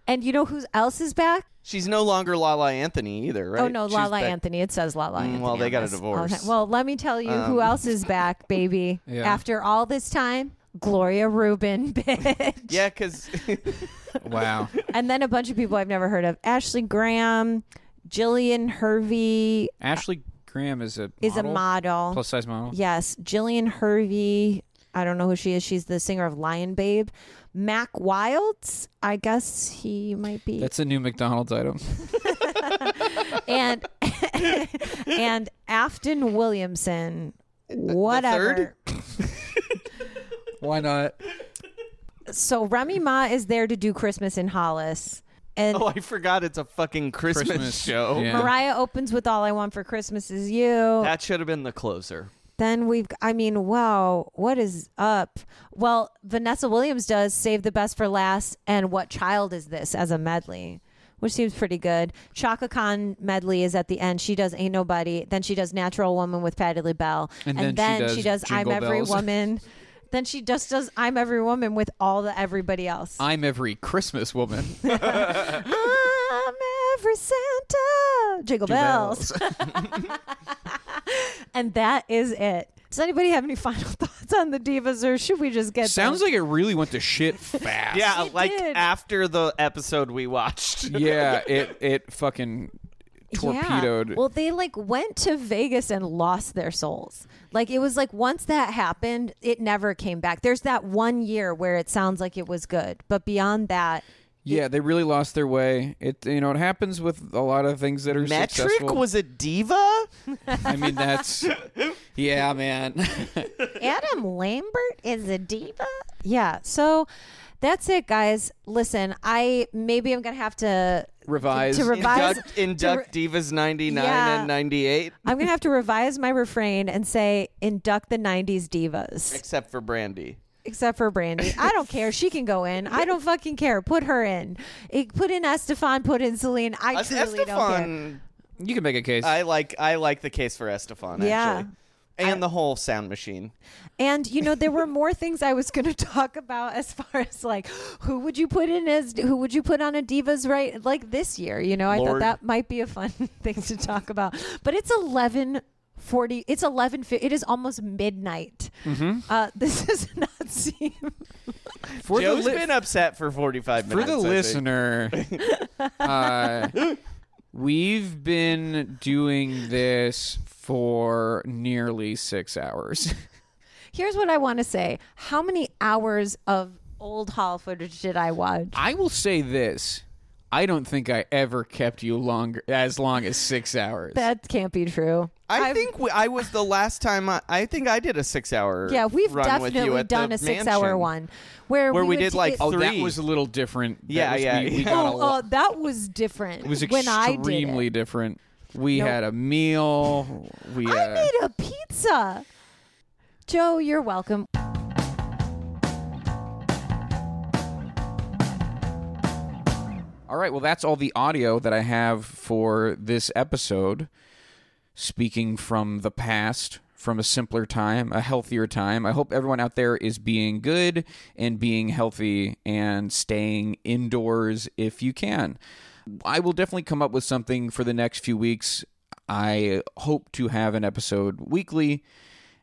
Speaker 2: And you know who else is back?
Speaker 3: She's no longer Lala Anthony either, right?
Speaker 2: Oh no,
Speaker 3: She's
Speaker 2: Lala
Speaker 3: back- Mm,
Speaker 2: Anthony. It says Lala Anthony.
Speaker 3: well, they
Speaker 2: on
Speaker 3: got a
Speaker 2: this.
Speaker 3: divorce. Um,
Speaker 2: Okay. Well, let me tell you who else is back, baby.
Speaker 1: Yeah.
Speaker 2: After all this time, Gloria Rubin, bitch.
Speaker 3: Yeah, because
Speaker 1: Wow.
Speaker 2: and then a bunch of people I've never heard of: Ashley Graham, Jillian Hervey
Speaker 1: Ashley Graham is a
Speaker 2: is a model.
Speaker 1: plus size model.
Speaker 2: Yes, Jillian Hervey. I don't know who she is. She's the singer of Lion Babe. Mac Wilds. I guess he might be.
Speaker 1: That's a new McDonald's item.
Speaker 2: and and Afton Williamson. Whatever.
Speaker 1: Why not?
Speaker 2: so Remy Ma is there to do Christmas in Hollis, and
Speaker 3: Oh, I forgot it's a fucking Christmas,
Speaker 1: Christmas
Speaker 3: show.
Speaker 1: yeah.
Speaker 2: Mariah opens with "All I Want for Christmas Is You."
Speaker 3: That should have been the closer.
Speaker 2: then we've, I mean, wow, what is up? Well, Vanessa Williams does "Save the Best for Last" and "What Child Is This" as a medley. Which seems pretty good. Chaka Khan medley is at the end. She does "Ain't Nobody," then she does "Natural Woman" with Patti LaBelle,
Speaker 1: And then she
Speaker 2: then, she
Speaker 1: does
Speaker 2: does, "I'm
Speaker 1: Jingle
Speaker 2: Every
Speaker 1: Bells.
Speaker 2: Woman." then she just does "I'm Every Woman" with all the everybody else.
Speaker 1: I'm every Christmas woman.
Speaker 2: I'm every Santa. Jingle bells. and that is it. Does anybody have any final thoughts on the divas, or should we just get?
Speaker 1: Sounds
Speaker 2: them?
Speaker 1: like it really went to shit fast.
Speaker 3: Yeah, like
Speaker 2: did.
Speaker 3: after the episode we watched.
Speaker 1: yeah. It it fucking torpedoed.
Speaker 2: Yeah. Well, they like went to Vegas and lost their souls. Like it was like once that happened, it never came back. There's that one year where it sounds like it was good, but beyond that,
Speaker 1: yeah, they really lost their way. It you know it happens with a lot of things that are
Speaker 3: Metric
Speaker 1: successful.
Speaker 3: was a diva?
Speaker 1: I mean that's yeah, man.
Speaker 2: Adam Lambert is a diva. Yeah. So that's it, guys. Listen, I maybe I'm gonna have to
Speaker 1: Revise.
Speaker 2: to revise.
Speaker 3: Induct, induct divas 99
Speaker 2: Yeah.
Speaker 3: and 98,
Speaker 2: I'm gonna have to revise my refrain and say induct the '90s divas,
Speaker 3: except for Brandy.
Speaker 2: except for Brandy. I don't care. She can go in. I don't fucking care. Put her in. It- put in Estefan. Put in Celine. I
Speaker 3: Uh,
Speaker 2: truly don't care.
Speaker 3: Estefan,
Speaker 1: You can make a case.
Speaker 3: I like I like the case for Estefan
Speaker 2: Yeah.
Speaker 3: actually. And the whole sound machine.
Speaker 2: And you know, there were more things I was going to talk about as far as like who would you put in as who would you put on a divas right like this year. You know, I thought
Speaker 3: Lord.
Speaker 2: that might be a fun thing to talk about. But it's eleven forty. It's eleven. fi- It is almost midnight.
Speaker 3: Mm-hmm.
Speaker 2: Uh, this does not seem.
Speaker 1: for
Speaker 3: Joe's
Speaker 1: the li-
Speaker 3: been upset for 45
Speaker 1: for
Speaker 3: minutes.
Speaker 1: the
Speaker 3: I think.
Speaker 1: listener, uh, we've been doing this for nearly six hours.
Speaker 2: Here's what I want to say: How many hours of old hall footage did I watch?
Speaker 1: I will say this: I don't think I ever kept you longer as long as six hours.
Speaker 2: That can't be true.
Speaker 3: I
Speaker 2: I've-
Speaker 3: think we, I was the last time I, I think I did a 6 hour
Speaker 2: Yeah, we've
Speaker 3: run with you
Speaker 2: definitely
Speaker 3: at the
Speaker 2: done a six-hour
Speaker 3: mansion.
Speaker 2: one where
Speaker 3: Where we
Speaker 2: would
Speaker 3: did,
Speaker 2: t-
Speaker 3: like,
Speaker 2: it-
Speaker 1: oh, that
Speaker 3: Three.
Speaker 1: was a little different. That
Speaker 3: Yeah,
Speaker 1: was-
Speaker 3: yeah,
Speaker 1: We, we
Speaker 3: yeah.
Speaker 1: got a
Speaker 2: Oh,
Speaker 1: lot.
Speaker 2: uh, that was different.
Speaker 1: it was
Speaker 2: when I did it.
Speaker 1: extremely different. We had a meal. We uh,
Speaker 2: I made a pizza. Joe, you're welcome.
Speaker 1: All right. Well, that's all the audio that I have for this episode. Speaking from the past, from a simpler time, a healthier time. I hope everyone out there is being good and being healthy and staying indoors if you can. I will definitely come up with something for the next few weeks. I hope to have an episode weekly.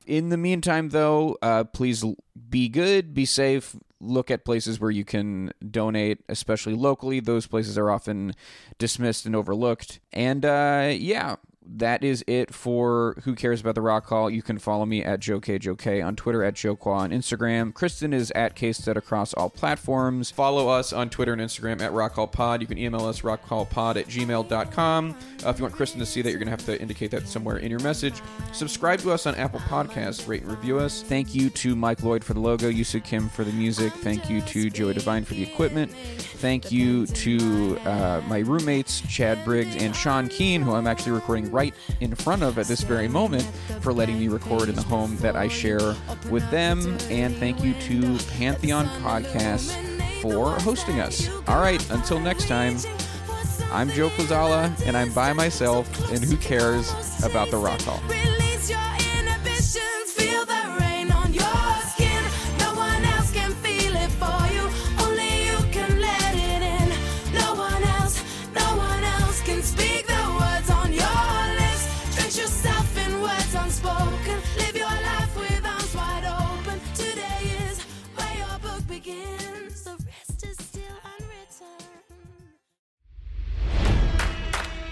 Speaker 1: In the meantime, though, uh, please l- be good, be safe. Look at places where you can donate, especially locally. Those places are often dismissed and overlooked. And uh, yeah, that is it for Who Cares About the Rock Hall. You can follow me at JoeKJoK on Twitter, at JoeQua on Instagram. Kristen is at KSTED across all platforms. Follow us on Twitter and Instagram at Rock Hall Pod. You can email us rockhallpod at gmail.com. Uh, if you want Kristen to see that, you're going to have to indicate that somewhere in your message. Subscribe to us on Apple Podcasts, rate and review us. Thank you to Mike Lloyd for the logo, Yusu Kim for the music. Thank you to Joey Divine for the equipment. Thank you to uh, my roommates, Chad Briggs and Sean Keen, who I'm actually recording right in front of at this very moment, for letting me record in the home that I share with them. And thank you to Pantheon Podcasts for hosting us. All right, until next time, I'm Joe Quazala, and I'm by myself, and who cares about the Rock Hall?
Speaker 7: Release your inhibitions, feel the rain on your skin. No one else can feel it for you, only you can let it in. No one else, no one else can speak the words on your lips. Drench yourself in words unspoken, live your life with arms wide open. Today is where your book begins, the rest is still unwritten.